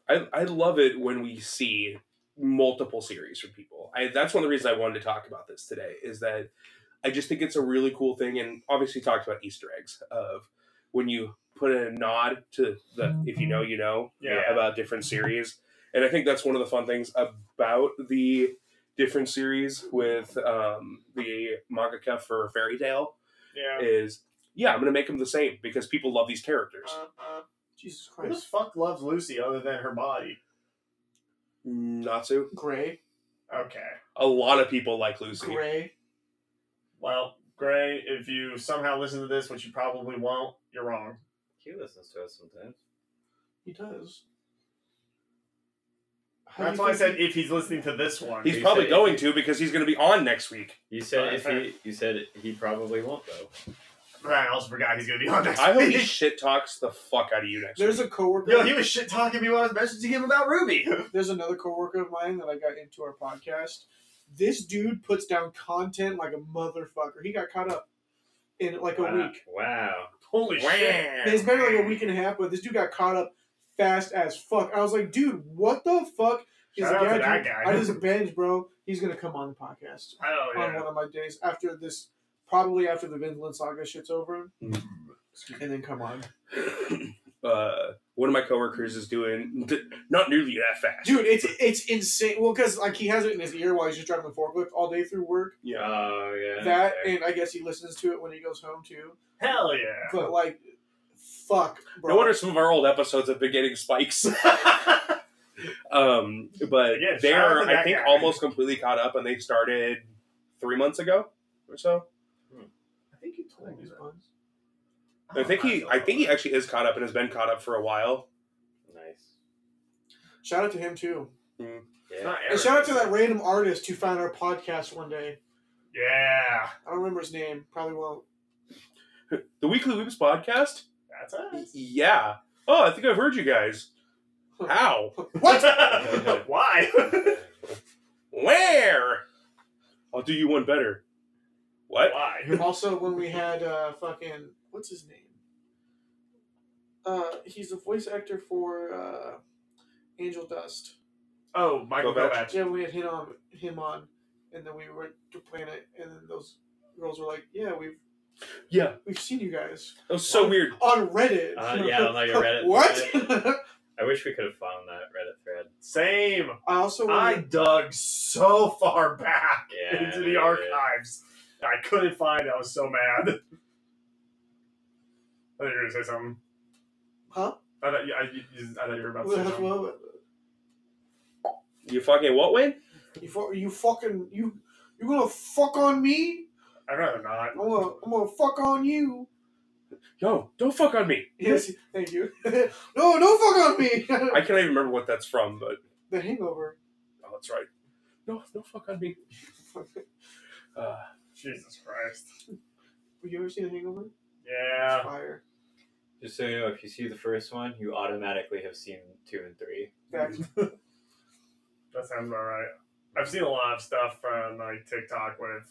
Speaker 1: I, I love it when we see multiple series from people. I, that's one of the reasons I wanted to talk about this today is that I just think it's a really cool thing. And obviously talked about Easter eggs of when you put a nod to the, if you know, you know
Speaker 2: Yeah.
Speaker 1: about different series. And I think that's one of the fun things about the different series with um, the mangaka for fairy tale
Speaker 2: Yeah.
Speaker 1: is yeah, I'm going to make them the same because people love these characters.
Speaker 4: Jesus
Speaker 2: Who the
Speaker 4: Christ,
Speaker 2: fuck loves Lucy other than her body?
Speaker 1: Natsu.
Speaker 4: Gray,
Speaker 2: Okay.
Speaker 1: A lot of people like Lucy.
Speaker 4: Gray.
Speaker 2: Well, Gray, if you somehow listen to this, which you probably won't, you're wrong.
Speaker 3: He listens to us sometimes.
Speaker 4: He does. How do
Speaker 2: That's
Speaker 4: you
Speaker 2: why I
Speaker 4: think
Speaker 2: said
Speaker 4: he-
Speaker 2: if he's listening to this one.
Speaker 1: He's
Speaker 3: He
Speaker 1: probably
Speaker 3: said-
Speaker 1: going to because he's going to be on next week.
Speaker 3: You said
Speaker 2: Alright,
Speaker 3: if he, you said he probably won't though.
Speaker 2: I also forgot he's gonna be on next.
Speaker 1: I hope he
Speaker 2: week.
Speaker 1: shit talks the fuck out of you next
Speaker 4: There's
Speaker 1: week.
Speaker 4: a coworker.
Speaker 2: Yo, he was shit talking me when I was messaging him about Ruby.
Speaker 4: there's another coworker of mine that I got into our podcast. This dude puts down content like a motherfucker. He got caught up in like a
Speaker 3: wow.
Speaker 4: week.
Speaker 3: Wow.
Speaker 2: Holy shit!
Speaker 4: It's been like a week and a half, but this dude got caught up fast as fuck. I was like, dude, what the fuck?
Speaker 2: Shout out to
Speaker 4: "Yeah,
Speaker 2: that
Speaker 4: dude,
Speaker 2: guy."
Speaker 4: I just binge, bro. He's gonna come on the podcast
Speaker 2: Oh
Speaker 4: on one
Speaker 2: yeah.
Speaker 4: of my days after this, probably after the Vinland Saga shit's over, and then come on,
Speaker 1: uh, one of my coworkers is doing not nearly that fast.
Speaker 4: dude. It's it's insane. Well, because like he has it in his ear while he's just driving the forklift all day through work.
Speaker 1: yeah,
Speaker 3: Oh yeah.
Speaker 4: That
Speaker 3: Okay.
Speaker 4: and I guess he listens to it when he goes home too.
Speaker 2: Hell yeah.
Speaker 4: But like, fuck, bro.
Speaker 1: no wonder some of our old episodes have been getting spikes. um, but
Speaker 2: Yeah, shout
Speaker 1: they
Speaker 2: out
Speaker 1: are,
Speaker 2: to
Speaker 1: I
Speaker 2: that
Speaker 1: think,
Speaker 2: guy.
Speaker 1: almost completely caught up, and they started three months ago or so.
Speaker 2: I think you told
Speaker 4: Thanks, buns.
Speaker 1: I think he, I think he actually is caught up and has been caught up for a while.
Speaker 3: nice.
Speaker 4: Shout out to him too,
Speaker 2: It's
Speaker 3: Yeah.
Speaker 2: not
Speaker 4: and shout out to
Speaker 2: Eric.
Speaker 4: that random artist who found our podcast one day.
Speaker 2: Yeah.
Speaker 4: I don't remember his name. Probably won't.
Speaker 1: The Weekly Weeps podcast?
Speaker 2: That's us.
Speaker 1: Yeah. Oh, I think I've heard you guys. How?
Speaker 2: What? Why?
Speaker 1: Where? I'll do you one better. What?
Speaker 2: Why?
Speaker 4: also, when we had uh, fucking what's his name? Uh, he's the voice actor for uh, Angel Dust.
Speaker 2: Oh, Michael
Speaker 1: Kovac.
Speaker 2: Kovac.
Speaker 4: Yeah, we had him on, him on, and then we went to Planet, and then those girls were like, "Yeah, we've
Speaker 1: Yeah.
Speaker 4: we've seen you guys
Speaker 1: That was so weird.
Speaker 4: on Reddit."
Speaker 3: Uh, yeah, on, like, a Reddit
Speaker 4: what?
Speaker 3: I wish we could have found that Reddit thread.
Speaker 2: Same.
Speaker 4: I also
Speaker 2: I
Speaker 4: wanna-
Speaker 2: dug so far back
Speaker 3: Yeah,
Speaker 2: into
Speaker 3: yeah,
Speaker 2: the
Speaker 3: yeah.
Speaker 2: archives. I couldn't find it. I was so mad. I thought you were going to say something.
Speaker 4: huh?
Speaker 2: I thought, you- I, you- I thought you were about to say something.
Speaker 4: Well,
Speaker 1: You fucking what, Wayne?
Speaker 4: You fu- you fucking you you gonna fuck on me?
Speaker 2: I'd rather not.
Speaker 4: I'm gonna, I'm gonna fuck on you.
Speaker 1: Yo, don't fuck on me.
Speaker 4: Yes, thank you. no, don't fuck on me.
Speaker 1: I can't even remember what that's from, but
Speaker 4: the Hangover.
Speaker 1: oh, that's right. No, no fuck on me. Uh,
Speaker 2: Jesus Christ.
Speaker 4: Have you ever seen The Hangover? It's
Speaker 2: Yeah.
Speaker 4: Fire.
Speaker 3: Just so you know, if you see the first one, you automatically have seen two and three.
Speaker 4: Fact.
Speaker 2: That sounds about right. I've seen a lot of stuff from like TikTok with,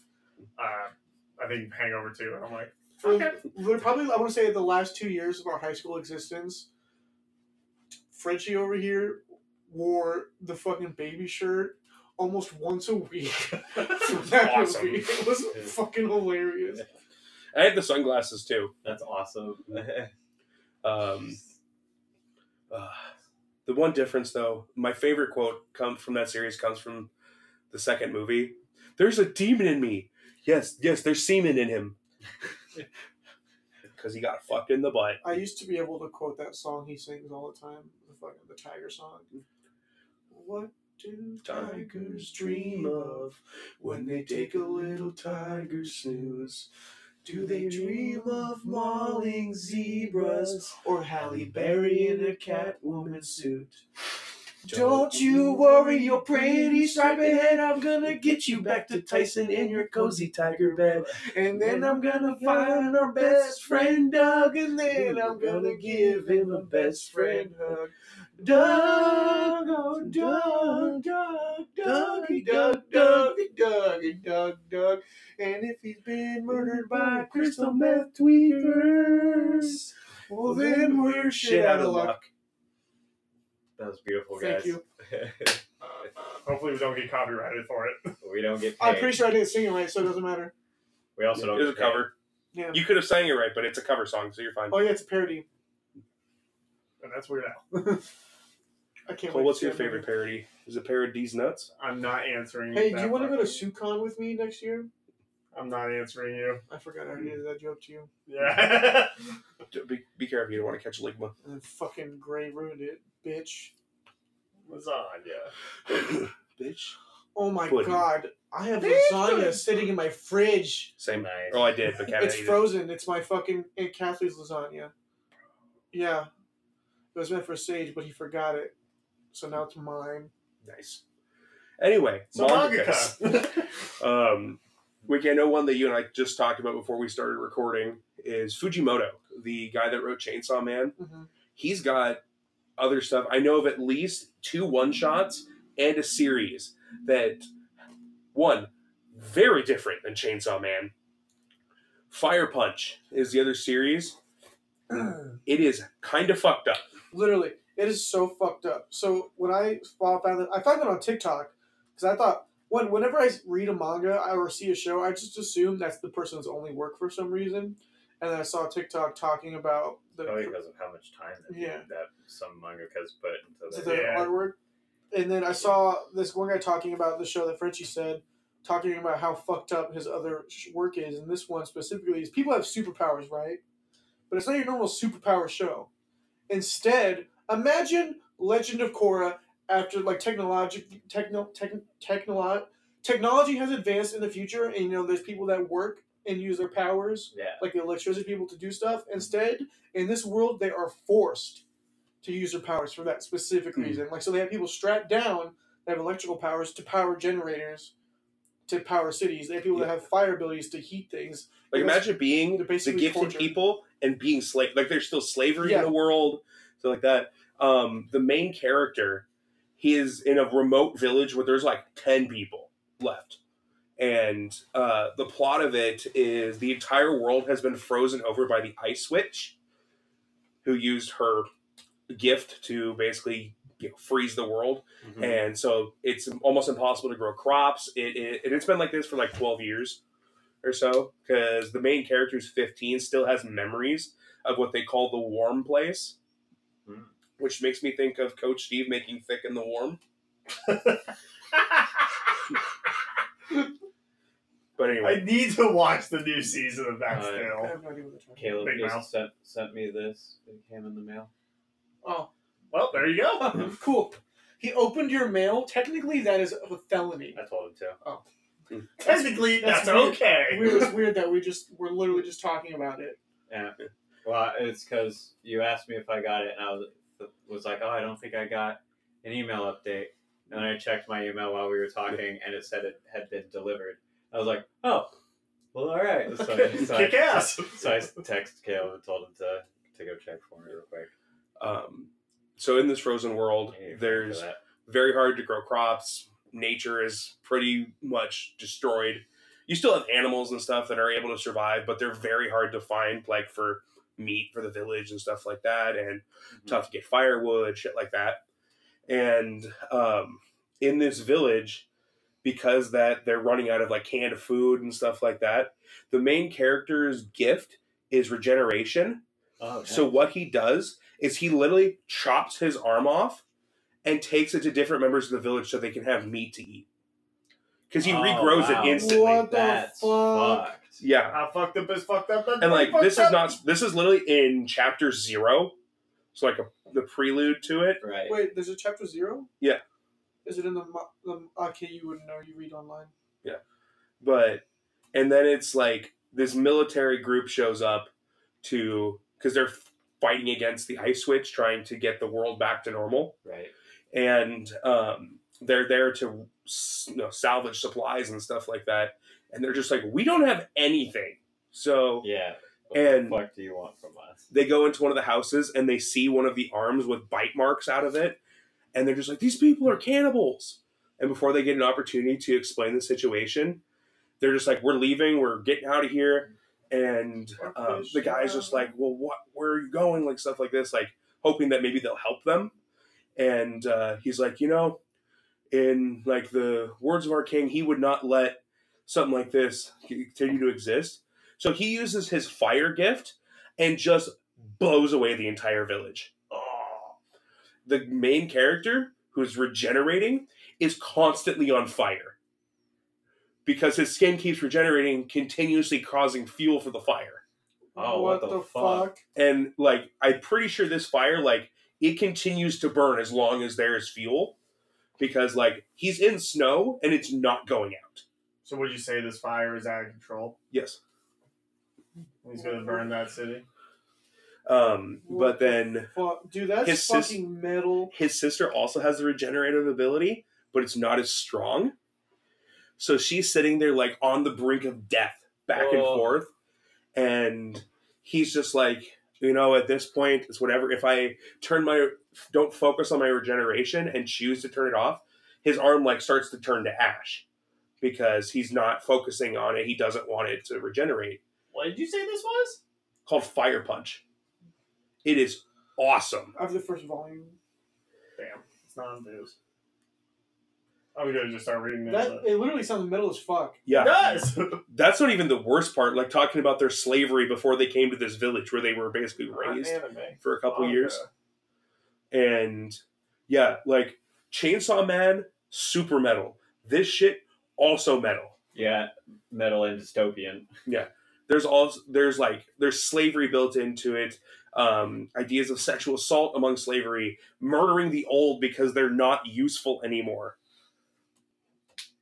Speaker 2: uh, I think Hangover Two, and I'm like,
Speaker 4: For
Speaker 2: okay.
Speaker 4: we're probably I want to say the last two years of our high school existence, Frenchie over here wore the fucking baby shirt almost once a week. for that
Speaker 1: Awesome.
Speaker 4: movie. It was fucking hilarious.
Speaker 1: I had the sunglasses too.
Speaker 3: That's awesome.
Speaker 1: Um, uh, the one difference, though, my favorite quote come from that series comes from the second movie. There's a demon in me. Yes, yes, there's semen in him. Because he got fucked in the butt.
Speaker 4: I used to be able to quote that song he sings all the time, the fucking the tiger song. What
Speaker 1: do tigers dream of when they take a little tiger snooze? Do they dream of mauling zebras
Speaker 4: Or
Speaker 1: Halle Berry in a
Speaker 4: Catwoman suit.
Speaker 1: Don't you worry your pretty striped head,
Speaker 4: I'm gonna get you back to Tyson in your cozy tiger bed. And
Speaker 1: then I'm
Speaker 4: gonna
Speaker 1: find
Speaker 4: our
Speaker 1: best
Speaker 4: friend Doug, and
Speaker 1: then I'm gonna give him a best friend
Speaker 4: hug. Doug, oh
Speaker 1: Doug,
Speaker 4: Doug,
Speaker 1: Dougie,
Speaker 4: Doug,
Speaker 1: Doug,
Speaker 4: Dougie, Dougie, Doug, Doug. And if he's been murdered by crystal meth tweakers,
Speaker 1: tweakers?
Speaker 4: well then we're shit out of luck.
Speaker 3: That was beautiful,
Speaker 4: Thank
Speaker 3: oh, guys.
Speaker 4: you.
Speaker 2: Hopefully, we don't get copyrighted for it.
Speaker 3: we don't get paid.
Speaker 4: I'm pretty sure I didn't sing it right, so it doesn't matter.
Speaker 3: we also don't.
Speaker 1: It was a
Speaker 3: get paid.
Speaker 1: cover.
Speaker 4: Yeah.
Speaker 1: You could have sang it right, but it's a cover song, so you're fine.
Speaker 4: Oh yeah, it's a parody.
Speaker 2: And that's weird. Al.
Speaker 4: I can't.
Speaker 1: Cole,
Speaker 4: wait
Speaker 1: what's
Speaker 4: to
Speaker 1: your
Speaker 4: see it.
Speaker 1: favorite parody? Is it Paradies Nuts?
Speaker 2: I'm not answering.
Speaker 4: Hey, do
Speaker 2: that
Speaker 4: you want to go to
Speaker 2: fucking-
Speaker 4: SuCon with me next year?
Speaker 2: I'm not answering you.
Speaker 4: I forgot I already did that joke to you.
Speaker 2: Yeah.
Speaker 1: D- Be, be careful, you don't want to catch a ligma.
Speaker 4: And then fucking Gray ruined it, bitch.
Speaker 2: Lasagna.
Speaker 1: Bitch.
Speaker 4: Oh my
Speaker 1: Pudding.
Speaker 4: god, I have
Speaker 2: Bitch.
Speaker 4: lasagna sitting in my fridge.
Speaker 1: Same.
Speaker 3: Nice.
Speaker 1: Oh, I did, but Kevin
Speaker 4: it's
Speaker 1: ate it.
Speaker 4: frozen. It's my fucking Aunt Kathleen's lasagna. Yeah, it was meant for Sage, but he forgot it, so now it's mine.
Speaker 1: Nice. Anyway,
Speaker 2: So
Speaker 1: mangakas.
Speaker 2: mangaka.
Speaker 1: Um, Wiki, I know one that you and I just talked about before we started recording is Fujimoto, the guy that wrote Chainsaw Man.
Speaker 4: Mhm.
Speaker 1: He's got other stuff. I know of at least two one shots and a series that one very different than Chainsaw Man. Fire Punch is the other series. It is kind of fucked up.
Speaker 4: Literally, it is so fucked up. So when I found found that, I found it on TikTok because I thought when whenever I read a manga or see a show, I just assume that's the person's only work for some reason. And then I saw TikTok talking about the
Speaker 3: Probably because of how much time that,
Speaker 4: Yeah.
Speaker 3: that some mangakas put into
Speaker 4: to
Speaker 3: that.
Speaker 4: the
Speaker 2: Yeah.
Speaker 4: artwork. And then I saw this one guy talking about the show that Frenchie said, talking about how fucked up his other sh- work is, and this one specifically is people have superpowers, right? But it's not your normal superpower show. Instead, imagine Legend of Korra after like technologic techno tech, technolo- technology has advanced in the future, and you know there's people that work and use their powers
Speaker 3: Yeah.
Speaker 4: like the electricity people to do stuff. Instead, in this world, they are forced to use their powers for that specific
Speaker 1: Hmm.
Speaker 4: reason. Like, so they have people strapped down that have electrical powers to power generators, to power cities. They have people that have fire abilities to heat things.
Speaker 1: Like
Speaker 4: Because
Speaker 1: imagine being
Speaker 4: they're
Speaker 1: the
Speaker 4: basically
Speaker 1: gifted
Speaker 4: tortured.
Speaker 1: people and being slave. Like there's still slavery
Speaker 4: Yeah.
Speaker 1: in the world, so like that. Um, the main character, he is in a remote village where there's like ten people left, and uh, the plot of it is the entire world has been frozen over by the ice witch, who used her gift to basically you know, freeze the world,
Speaker 3: Mhm.
Speaker 1: and so it's almost impossible to grow crops. It, it and it's been like this for like twelve years or so because the main character who's fifteen still has memories of what they call the warm place,
Speaker 3: Hmm.
Speaker 1: which makes me think of Coach Steve making thick in the warm. But
Speaker 2: I
Speaker 1: anyway,
Speaker 2: need to watch the new season of that
Speaker 3: Uh,
Speaker 4: I
Speaker 2: still.
Speaker 4: have no idea what they're talking
Speaker 3: Caleb
Speaker 2: Big
Speaker 3: just
Speaker 2: mouth.
Speaker 3: sent, sent me this. It came in the mail.
Speaker 4: about.
Speaker 2: Well, there you go.
Speaker 4: Oh, cool. He opened your mail. Technically, that is a felony.
Speaker 3: I told him to.
Speaker 2: Technically, that's,
Speaker 4: That's weird.
Speaker 2: okay.
Speaker 4: We- It's weird that we just we're literally just talking about it.
Speaker 3: Yeah. Well, it's because you asked me if I got it, and I was, was like, oh, I don't think I got an email update. And I checked my email while we were talking, and it said it had been delivered. I was like, oh, well, all right. So, so
Speaker 2: Kick
Speaker 3: I,
Speaker 2: ass.
Speaker 3: So I texted Caleb and told him to, to go check for me real quick.
Speaker 1: um, so in this frozen world,
Speaker 3: Hey, thanks for
Speaker 1: there's
Speaker 3: that.
Speaker 1: very hard to grow crops. Nature is pretty much destroyed. You still have animals and stuff that are able to survive, but they're very hard to find, like for meat for the village and stuff like that, and tough to get firewood, shit like that. And um, in this village, because that they're running out of like canned food and stuff like that, the main character's gift is regeneration,
Speaker 3: Oh,
Speaker 1: so what he does is he literally chops his arm off and takes it to different members of the village so they can have meat to eat. Because he
Speaker 3: Oh,
Speaker 1: regrows
Speaker 3: wow.
Speaker 1: it instantly.
Speaker 4: What the
Speaker 3: that's
Speaker 4: fuck?
Speaker 3: fucked.
Speaker 1: Yeah.
Speaker 2: How fucked up is fucked up.
Speaker 1: And like this is not this is literally in chapter zero. So like a, the prelude to it.
Speaker 3: Right.
Speaker 4: Wait, there's a chapter zero.
Speaker 1: Yeah.
Speaker 4: Is it in the, mo- the okay you wouldn't know you read online?
Speaker 1: but and then it's like this military group shows up to because they're fighting against the ice witch trying to get the world back to normal
Speaker 3: Right.
Speaker 1: and um, they're there to s- you know, salvage supplies and stuff like that and they're just like we don't have anything so
Speaker 3: Yeah.
Speaker 1: And-
Speaker 3: what the fuck do you want from us?
Speaker 1: they go into one of the houses and they see one of the arms with bite marks out of it and they're just like these people are cannibals and before they get an opportunity to explain the situation they're just like we're leaving we're getting out of here and um, the guy's just like well what where are you going like stuff like this like hoping that maybe they'll help them and uh, he's like you know in like the words of our king he would not let something like this continue to exist so he uses his fire gift and just blows away the entire village. The main character, who's regenerating, is constantly on fire because his skin keeps regenerating, continuously causing fuel for the fire.
Speaker 3: Oh, what the fuck?
Speaker 1: And like, I'm pretty sure this fire, like, it continues to burn as long as there is fuel because, like, he's in snow and it's not going out.
Speaker 2: So would you say this fire is out of control?
Speaker 1: Yes.
Speaker 2: And He's gonna burn that city.
Speaker 1: Um, but
Speaker 4: What the
Speaker 1: then
Speaker 4: Fuck, dude, that's
Speaker 1: His
Speaker 4: fucking
Speaker 1: sis-
Speaker 4: metal.
Speaker 1: his sister also has the regenerative ability, but it's not as strong. So she's sitting there like on the brink of death, back and
Speaker 3: Whoa.
Speaker 1: forth. And he's just like, you know, at this point, it's whatever. If I turn my, don't focus on my regeneration and choose to turn it off, his arm like starts to turn to ash because he's not focusing on it. He doesn't want it to regenerate.
Speaker 2: What did you say this was?
Speaker 1: Called Fire Punch. It is awesome.
Speaker 4: After the first volume,
Speaker 2: Damn, it's not on news. Oh, we gotta just start reading this.
Speaker 4: that it literally sounds metal as fuck.
Speaker 1: Yeah.
Speaker 2: does.
Speaker 1: that's not even the worst part. Like talking about their slavery before they came to this village where they were
Speaker 2: Oh,
Speaker 1: basically raised for a couple years. And yeah, like Chainsaw Man, super metal. This shit also metal.
Speaker 3: Yeah, metal and dystopian.
Speaker 1: There's all there's like there's slavery built into it. Um, ideas of sexual assault among slavery, murdering the old because they're not useful anymore,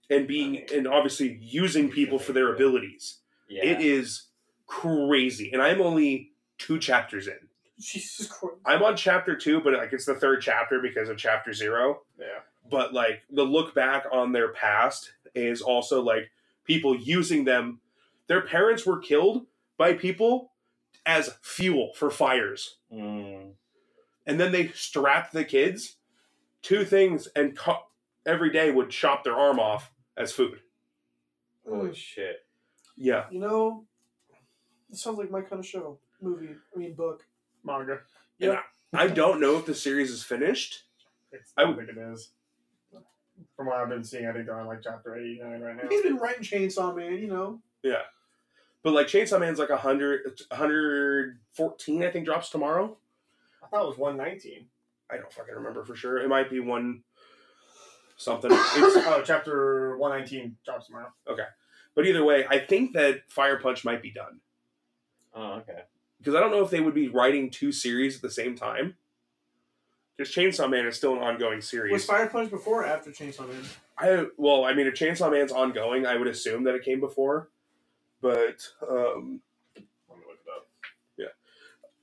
Speaker 1: and being and obviously using people for their abilities.
Speaker 3: Yeah.
Speaker 1: It is crazy. And I'm only two chapters in.
Speaker 4: Jesus Christ.
Speaker 1: I'm on chapter two, but like it's the third chapter because of chapter zero.
Speaker 2: Yeah.
Speaker 1: But like the look back on their past is also like people using them. Their parents were killed by people as fuel for fires.
Speaker 3: Mm,
Speaker 1: And then they strapped the kids to things and co- every day would chop their arm off as food. Mm.
Speaker 3: holy shit.
Speaker 1: Yeah.
Speaker 4: You know, it sounds like my kind of show, movie. I mean, book.
Speaker 2: Manga.
Speaker 1: I don't know if the series is finished.
Speaker 2: It's,
Speaker 1: I
Speaker 2: I
Speaker 1: would-
Speaker 2: think it is. From what I've been seeing, I think they're on like chapter eighty nine right now.
Speaker 4: He's been writing Chainsaw Man. You know,
Speaker 1: Yeah. But like Chainsaw Man's like 100, 114, I think drops tomorrow.
Speaker 2: I thought it was one nineteen.
Speaker 1: I don't fucking remember for sure. It might be one something. It's, uh,
Speaker 2: oh, chapter one nineteen drops tomorrow.
Speaker 1: but either way, I think that Fire Punch might be done.
Speaker 3: Oh, okay.
Speaker 1: Because I don't know if they would be writing two series at the same time. Because Chainsaw Man is still an ongoing
Speaker 4: was
Speaker 1: series.
Speaker 4: Fire Punch before or after Chainsaw Man?
Speaker 1: I well, I mean, if Chainsaw Man's ongoing, I would assume that it came before. But um,
Speaker 2: Let me look it up.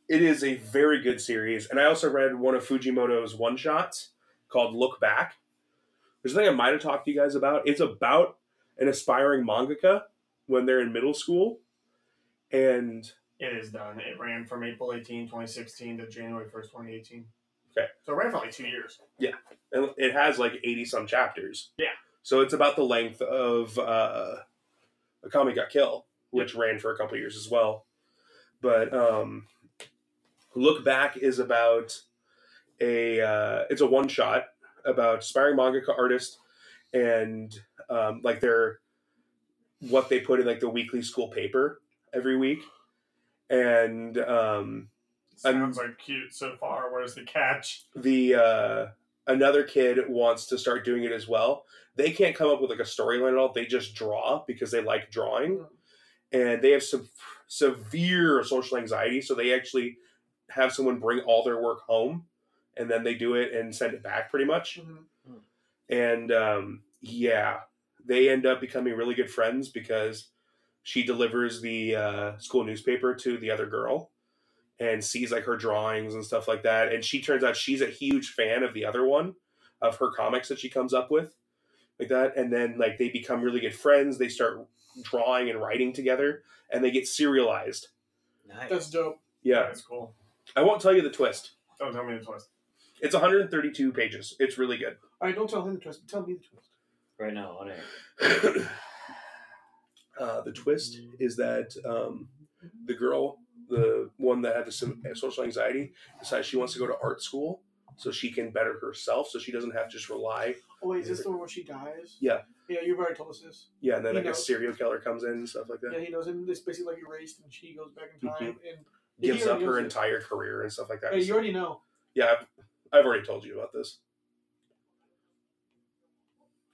Speaker 1: it is a very good series. And I also read one of Fujimoto's one shots called Look Back. There's a thing I might have talked to you guys about. It's about an aspiring mangaka when they're in middle school. And
Speaker 2: It is done. It ran from April 18, 2016 to January 1st, 2018.
Speaker 1: Okay.
Speaker 2: So it ran for like two years.
Speaker 1: and it has like 80 some chapters.
Speaker 2: Yeah.
Speaker 1: So it's about the length of uh, Akame Got Kill, which ran for a couple years as well. But um, Look Back is about a uh, it's a one shot about aspiring mangaka artist and um, like their what they put in like the weekly school paper every week and um, I'm-
Speaker 2: Sounds like cute so far. Where's the catch?
Speaker 1: the uh, another kid wants to start doing it as well. They can't come up with like a storyline at all. They just draw because they like drawing, and they have some severe social anxiety. So they actually have someone bring all their work home, and then they do it and send it back pretty much.
Speaker 4: Mhm.
Speaker 1: and um, yeah, they end up becoming really good friends because she delivers the uh, school newspaper to the other girl and sees like her drawings and stuff like that. And she turns out she's a huge fan of the other one of her comics that she comes up with, like that. And then like they become really good friends. They start drawing and writing together, and they get serialized.
Speaker 3: Nice.
Speaker 4: That's dope.
Speaker 1: Yeah,
Speaker 2: That's cool.
Speaker 1: I won't tell you the twist.
Speaker 2: Don't tell me the twist.
Speaker 1: It's 132 pages. It's really good.
Speaker 4: All right, don't tell him the twist. but Tell me the twist.
Speaker 3: right now on air.
Speaker 1: uh, the twist is that um, the girl, the one that had the so- social anxiety, decides she wants to go to art school so she can better herself, so she doesn't have to just rely.
Speaker 4: Oh wait, is this the one where she dies?
Speaker 1: Yeah.
Speaker 4: Yeah, you've already told us this.
Speaker 1: Yeah, and then
Speaker 4: You
Speaker 1: like
Speaker 4: know.
Speaker 1: a serial killer comes in and stuff like
Speaker 4: Yeah,
Speaker 1: that,
Speaker 4: he knows him. It's basically like erased, and she goes back in time. And he
Speaker 1: gives up
Speaker 4: already
Speaker 1: her
Speaker 4: knows this.
Speaker 1: entire career and stuff like that.
Speaker 4: Hey, you already know.
Speaker 1: yeah, I've, I've already told you about this.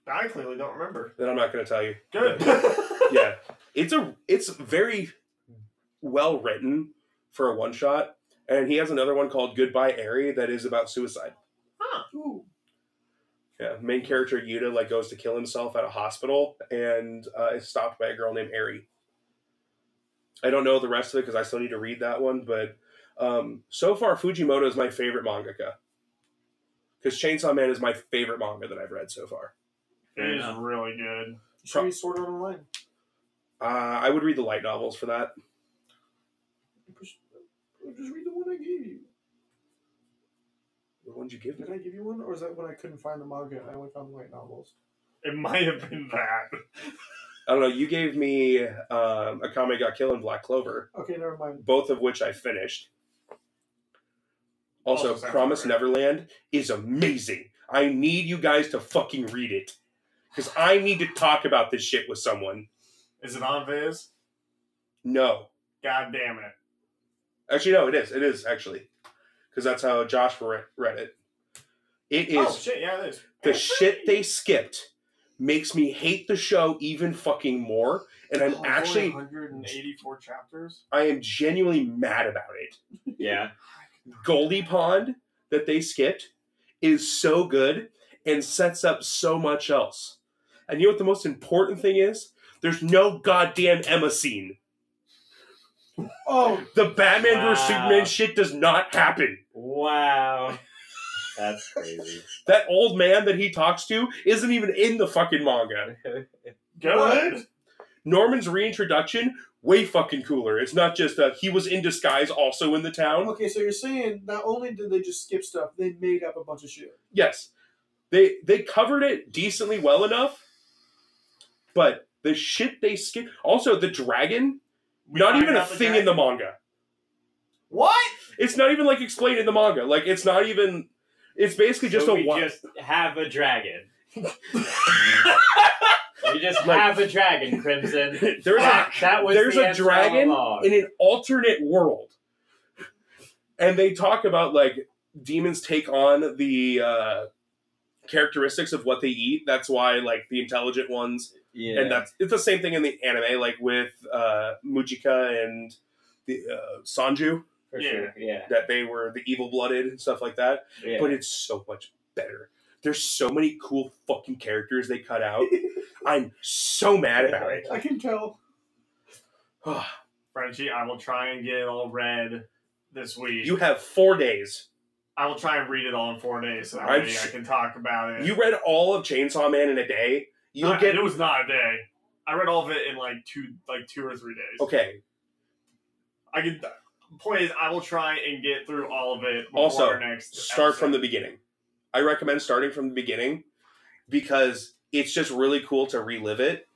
Speaker 2: I clearly don't remember.
Speaker 1: Then I'm not going to tell you.
Speaker 2: Good.
Speaker 1: But, yeah, it's a it's very well written for a one shot, and he has another one called Goodbye Airy that is about suicide.
Speaker 4: Ooh.
Speaker 1: Yeah, main character Yuta like goes to kill himself at a hospital and uh, is stopped by a girl named Eri. I don't know the rest of it because I still need to read that one, but um, so far Fujimoto is my favorite mangaka because Chainsaw Man is my favorite manga that I've read so far.
Speaker 2: It
Speaker 3: Fair
Speaker 2: is
Speaker 3: enough.
Speaker 2: really good.
Speaker 4: Should we sort out online?
Speaker 1: Uh, I would read the light novels for that.
Speaker 4: Just uh, just read the one I gave you.
Speaker 1: The ones you give me.
Speaker 4: Did I give you one, or is that when I couldn't find the manga and I only found light novels?
Speaker 2: It might have been that.
Speaker 1: I don't know. You gave me um, a comic got killed in Black Clover,
Speaker 4: Okay, never mind.
Speaker 1: both of which I finished. Also,
Speaker 2: Also sounds
Speaker 1: Promise
Speaker 2: about right.
Speaker 1: Neverland is amazing. I need you guys to fucking read it. Because I need to talk about this shit with someone.
Speaker 2: Is it on Viz?
Speaker 1: No.
Speaker 2: God damn it.
Speaker 1: Actually, no, it is. It is, actually. Because that's how Josh re- read it. It is.
Speaker 2: oh shit, yeah, it is.
Speaker 1: the shit they skipped makes me hate the show even fucking more. And I'm actually,
Speaker 2: 184 chapters.
Speaker 1: I am genuinely mad about it.
Speaker 3: Yeah.
Speaker 1: Goldie Pond that they skipped is so good and sets up so much else. And you know what the most important thing is? There's no goddamn Emma scene.
Speaker 4: Oh,
Speaker 1: The Batman vs
Speaker 3: Wow.
Speaker 1: Superman shit does not happen.
Speaker 3: Wow. That's crazy.
Speaker 1: That old man that he talks to isn't even in the fucking manga.
Speaker 2: Good.
Speaker 1: Norman's reintroduction, way fucking cooler. It's not just that he was in disguise also in the town.
Speaker 4: okay. So you're saying not only did they just skip stuff, they made up a bunch of shit.
Speaker 1: Yes. They they covered it decently well enough. But the shit they skip also the dragon
Speaker 2: We
Speaker 1: not
Speaker 2: find
Speaker 1: even a
Speaker 2: out the
Speaker 1: thing
Speaker 2: guy-
Speaker 1: in the manga.
Speaker 2: What?
Speaker 1: It's not even like explained in the manga. Like it's not even. It's basically just
Speaker 3: so
Speaker 1: a
Speaker 3: we
Speaker 1: one.
Speaker 3: just have a dragon. we just
Speaker 1: Like-
Speaker 3: have a dragon, Crimson.
Speaker 1: there's a
Speaker 3: Fuck, that was
Speaker 1: there's
Speaker 3: the
Speaker 1: a
Speaker 3: answer
Speaker 1: dragon
Speaker 3: all along.
Speaker 1: in an alternate world, and they talk about like demons take on the uh, characteristics of what they eat. That's why like the intelligent ones,
Speaker 3: yeah.
Speaker 1: and that's it's the same thing in the anime, like with uh, Mujika and the uh, Sanju,
Speaker 3: for
Speaker 2: Yeah.
Speaker 3: sure. Yeah.
Speaker 1: that they were the evil blooded and stuff like that.
Speaker 3: yeah.
Speaker 1: but it's so much better. There's so many cool fucking characters they cut out. I'm so mad about it.
Speaker 4: I can tell.
Speaker 2: Frenchie, I will try and get it all read this week.
Speaker 1: you have four days.
Speaker 2: I will try and read it all in four days so that
Speaker 1: I'm
Speaker 2: way
Speaker 1: sh-
Speaker 2: I can talk about it.
Speaker 1: You read all of Chainsaw Man in a day. You'll
Speaker 2: Not-
Speaker 1: get
Speaker 2: it was not a day. I read all of it in like two like two or three days.
Speaker 1: okay.
Speaker 2: I could point is I will try and get through all of it before
Speaker 1: Also,
Speaker 2: our next
Speaker 1: Start from the
Speaker 2: episode.
Speaker 1: beginning. I recommend starting from the beginning because it's just really cool to relive it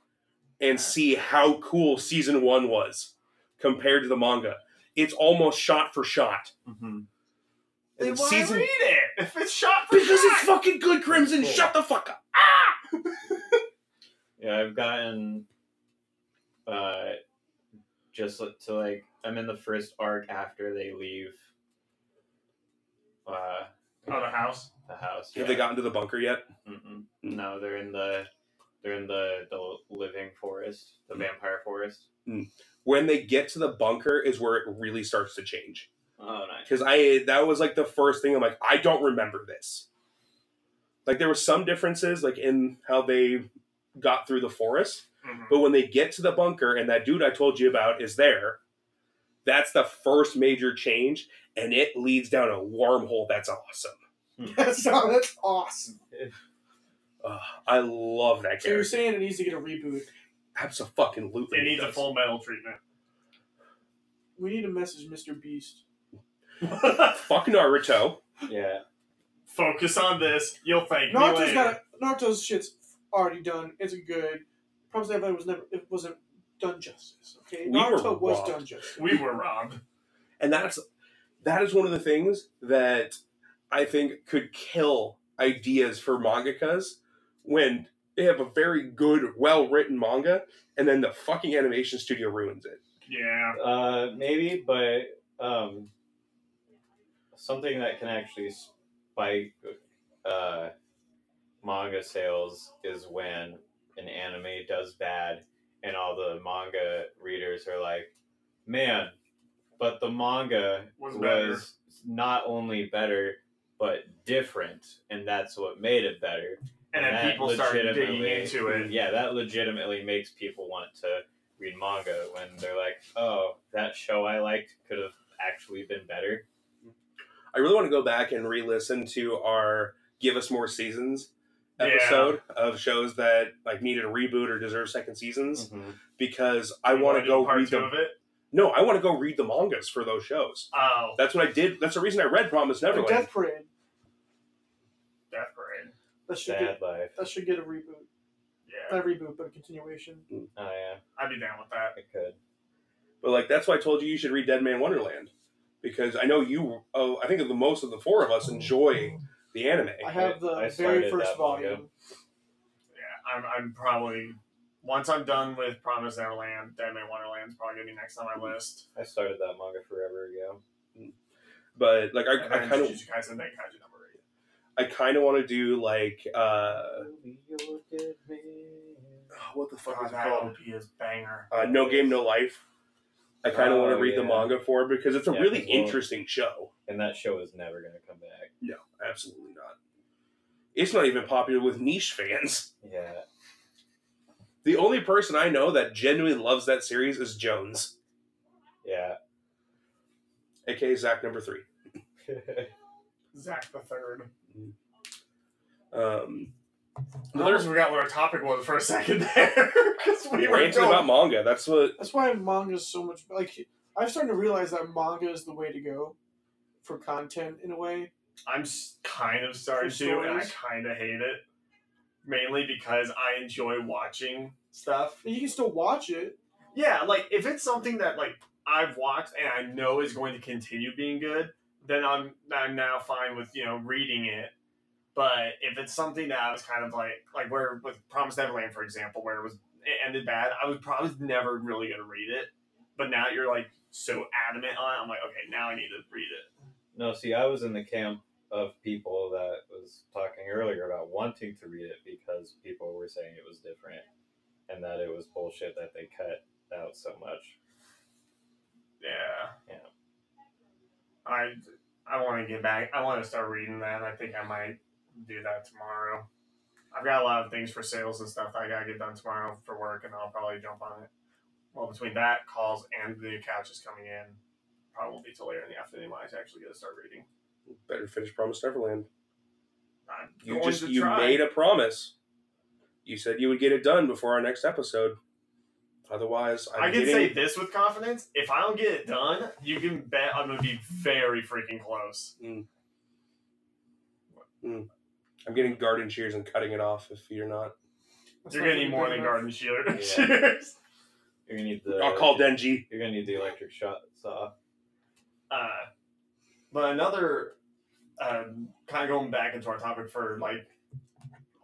Speaker 1: and see how cool season one was compared to the manga. It's almost shot for shot.
Speaker 3: Mhm.
Speaker 2: Then
Speaker 1: And
Speaker 2: why
Speaker 1: season
Speaker 2: read it? If it's shot for
Speaker 1: because it's
Speaker 2: shot!
Speaker 1: fucking good, Crimson. Shut the fuck up.
Speaker 3: Yeah, I've gotten uh just li- to like I'm in the first arc after they leave uh
Speaker 2: Oh, the house.
Speaker 3: the house.
Speaker 1: Have they
Speaker 3: yeah.
Speaker 1: gotten to the bunker yet?
Speaker 3: Mm-mm. No, they're in the they're in the the living forest, the
Speaker 1: Mm.
Speaker 3: vampire forest.
Speaker 1: when they get to the bunker is where it really starts to change
Speaker 3: Oh, nice.
Speaker 1: because i that was like the first thing i'm like i don't remember this Like there were some differences, like in how they got through the forest,
Speaker 2: Mhm.
Speaker 1: but when they get to the bunker and that dude I told you about is there, that's the first major change, and it leads down a wormhole. That's awesome.
Speaker 2: That's, that's awesome.
Speaker 1: Ugh, I love that
Speaker 4: So you're
Speaker 1: character.
Speaker 4: saying it needs to get a reboot.
Speaker 1: Absolutely.
Speaker 2: It needs a full metal treatment.
Speaker 4: We need to message Mr. Beast.
Speaker 1: Fuck Naruto.
Speaker 3: Yeah.
Speaker 2: Focus on this. You'll thank me
Speaker 4: Naruto's
Speaker 2: later.
Speaker 4: got Naruto's shit's already done. It's good. Promised Neverland was never it wasn't done justice. Okay,
Speaker 1: We were
Speaker 4: Naruto was
Speaker 1: robbed.
Speaker 4: done justice.
Speaker 2: we were robbed.
Speaker 1: And that's that is one of the things that I think could kill ideas for mangakas when they have a very good, well written manga, and then the fucking animation studio ruins it.
Speaker 2: Yeah.
Speaker 3: Uh, maybe, but um, something that can actually spike uh, manga sales is when an anime does bad and all the manga readers are like, man, but the manga
Speaker 2: Was
Speaker 3: was,
Speaker 2: better."
Speaker 3: not only better, but different, and that's what made it better.
Speaker 2: And then
Speaker 3: that
Speaker 2: people started digging
Speaker 3: legitimately-
Speaker 2: into it.
Speaker 3: Yeah, that legitimately makes people want to read manga when they're like, oh, that show I liked could have actually been better.
Speaker 1: I really want to go back and re listen to our Give Us More Seasons
Speaker 2: Yeah.
Speaker 1: episode of shows that like needed a reboot or deserve second
Speaker 3: Mm.
Speaker 1: seasons because I want to
Speaker 2: do
Speaker 1: go
Speaker 2: part
Speaker 1: read
Speaker 2: two
Speaker 1: them.
Speaker 2: of it.
Speaker 1: No, I want to go read the mangas for those shows.
Speaker 2: Oh,
Speaker 1: That's what I did. That's the reason I read Promise
Speaker 4: Like
Speaker 1: Neverland.
Speaker 4: Death Parade.
Speaker 2: Death Parade.
Speaker 4: That should
Speaker 3: Bad
Speaker 4: get
Speaker 3: life.
Speaker 4: that should get a reboot.
Speaker 2: Yeah,
Speaker 4: Not a reboot, but a continuation.
Speaker 3: Oh, yeah,
Speaker 2: I'd be down with that.
Speaker 3: it could.
Speaker 1: But like that's why I told you you should read Dead Man Wonderland because I know you. Oh, I think the most of the four of us enjoy the anime.
Speaker 4: I have the
Speaker 3: I
Speaker 4: very
Speaker 3: started that manga.
Speaker 4: first volume.
Speaker 2: Yeah, I'm, I'm probably once I'm done with Promise Neverland, Dead Man Wonderland's probably gonna be next on my list.
Speaker 3: I started that manga forever ago.
Speaker 1: But like
Speaker 2: And
Speaker 1: I, I
Speaker 2: then
Speaker 1: kind of,
Speaker 2: Jujutsu Kaisen, then Kaiju number eight.
Speaker 1: I kind of want to do like uh, what the fuck
Speaker 2: God,
Speaker 1: is it
Speaker 2: that
Speaker 3: Oh,
Speaker 1: called?
Speaker 2: OP is banger.
Speaker 1: Uh, no game, no life. I kind of
Speaker 3: Oh,
Speaker 1: want to read the
Speaker 3: yeah.
Speaker 1: manga for it because it's a
Speaker 3: Yeah,
Speaker 1: really
Speaker 3: as well.
Speaker 1: interesting show.
Speaker 3: And that show is never going to come back.
Speaker 1: Absolutely not. It's not even popular with niche fans.
Speaker 3: Yeah.
Speaker 1: The only person I know that genuinely loves that series is Jones,
Speaker 3: Yeah.
Speaker 1: aka Zach number three.
Speaker 2: Zach the Third.
Speaker 1: Um,
Speaker 2: I
Speaker 1: there's
Speaker 2: almost forgot what our topic was for a second there because we were
Speaker 1: ranting
Speaker 2: going.
Speaker 1: about manga. That's what
Speaker 4: That's why manga is so much like I'm starting to realize that manga is the way to go for content in a way.
Speaker 2: I'm s- kind of sorry
Speaker 4: For
Speaker 2: too, and I
Speaker 4: stories?
Speaker 2: kind of hate it, mainly because I enjoy watching stuff.
Speaker 4: And you can still watch it.
Speaker 2: Yeah, like if it's something that like I've watched and I know is going to continue being good, then I'm I'm now fine with you know reading it. But if it's something that I was kind of like like where with Promised Neverland for example, where it was it ended bad, I was probably never really gonna read it. But now that you're like so adamant on it, I'm like okay, now I need to read it.
Speaker 3: No, see, I was in the camp of people that was talking earlier about wanting to read it because people were saying it was different and that it was bullshit that they cut out so much.
Speaker 2: Yeah,
Speaker 3: Yeah.
Speaker 2: I I want to get back. I want to start reading that. I think I might do that tomorrow. I've got a lot of things for sales and stuff I gotta get done tomorrow for work, and I'll probably jump on it. Well, between that calls and the couch is coming in, probably won't be till later in the afternoon when I actually get to start reading.
Speaker 1: better finish Promise Neverland.
Speaker 2: I'm
Speaker 1: You
Speaker 2: going
Speaker 1: just
Speaker 2: to
Speaker 1: you
Speaker 2: try.
Speaker 1: made a promise. You said you would get it done before our next episode. Otherwise, I'm
Speaker 2: I can
Speaker 1: getting-
Speaker 2: say this with confidence. If I don't get it done, you can bet I'm gonna be very freaking close.
Speaker 1: I'm getting garden shears and cutting it off if you're not.
Speaker 4: That's
Speaker 2: You're
Speaker 4: not
Speaker 2: gonna need
Speaker 4: good
Speaker 2: more than
Speaker 4: enough.
Speaker 2: garden shears.
Speaker 3: You're gonna need the
Speaker 1: I'll call Denji.
Speaker 3: You're gonna need the electric shot saw.
Speaker 2: Uh, but another um, kind of going back into our topic for like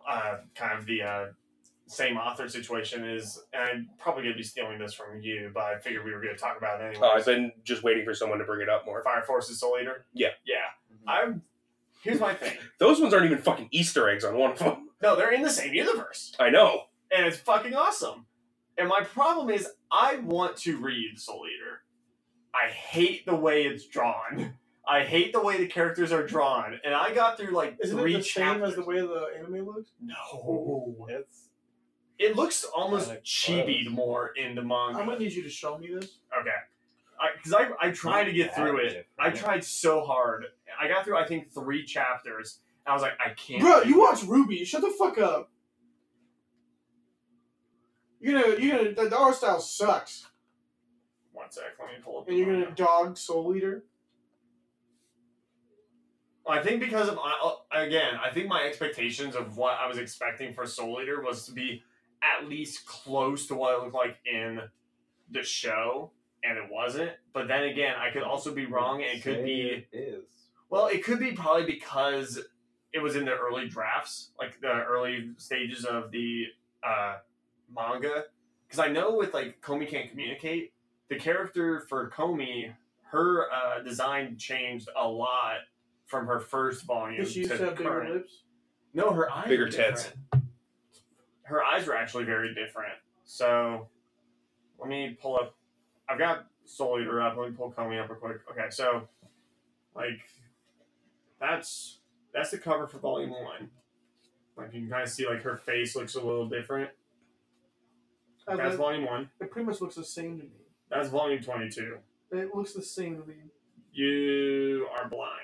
Speaker 2: uh, kind of the uh, same author situation is, and I'm probably going to be stealing this from you, but I figured we were going to talk about it anyway.
Speaker 1: Oh, I've been just waiting for someone to bring it up more.
Speaker 2: Fire Force's Soul Eater.
Speaker 1: Yeah.
Speaker 2: yeah. I'm. Here's my thing.
Speaker 1: Those ones aren't even fucking Easter eggs on one of them.
Speaker 2: No, they're in the same universe,
Speaker 1: I know.
Speaker 2: and it's fucking awesome. And my problem is, I want to read Soul Eater. I hate the way it's drawn. I hate the way the characters are drawn, and I got through like
Speaker 4: Isn't
Speaker 2: three
Speaker 4: it the same as
Speaker 2: chapters.
Speaker 4: the way the anime looked?
Speaker 2: no,
Speaker 5: It's
Speaker 2: it looks almost
Speaker 5: Kinda
Speaker 2: chibi
Speaker 5: close.
Speaker 2: more in the manga.
Speaker 4: I'm gonna need you to show me this.
Speaker 2: Okay. Because I, I, tried to
Speaker 5: that
Speaker 2: get through it.
Speaker 5: different.
Speaker 2: I tried so hard. I got through, I think, three chapters. I was like, I can't.
Speaker 4: Bro,
Speaker 2: do
Speaker 4: you
Speaker 2: this.
Speaker 4: watch Ruby. Shut the fuck up. You're gonna, you're gonna, the, the art style sucks.
Speaker 2: One sec, let me pull up.
Speaker 4: And you're gonna dog Soul Eater.
Speaker 2: I think because of I- uh, again, I think my expectations of what I was expecting for Soul Eater was to be at least close to what it looked like in the show, and it wasn't. But then again, I could also be wrong, and it could
Speaker 5: Say
Speaker 2: be
Speaker 5: it is.
Speaker 2: well, it could be probably because it was in the early drafts, like the early stages of the uh, manga. Because I know with like Komi can't communicate, the character for Komi, her uh, design changed a lot from her first volume
Speaker 4: Did she
Speaker 2: to
Speaker 4: used to have bigger
Speaker 2: current.
Speaker 4: lips?
Speaker 2: No, her eyes
Speaker 1: Bigger
Speaker 2: were
Speaker 1: tits.
Speaker 2: different. Her eyes were actually very different. So let me pull up. I've got Soul Eater up. Let me pull Comey up real quick. Okay, so like that's that's the cover for Volume One. Like you can kind of see, like her face looks a little different.
Speaker 4: Uh,
Speaker 2: That's
Speaker 4: that-
Speaker 2: Volume One.
Speaker 4: it pretty much looks the same to me.
Speaker 2: That's Volume Twenty Two.
Speaker 4: It looks the same to me.
Speaker 2: You are blind.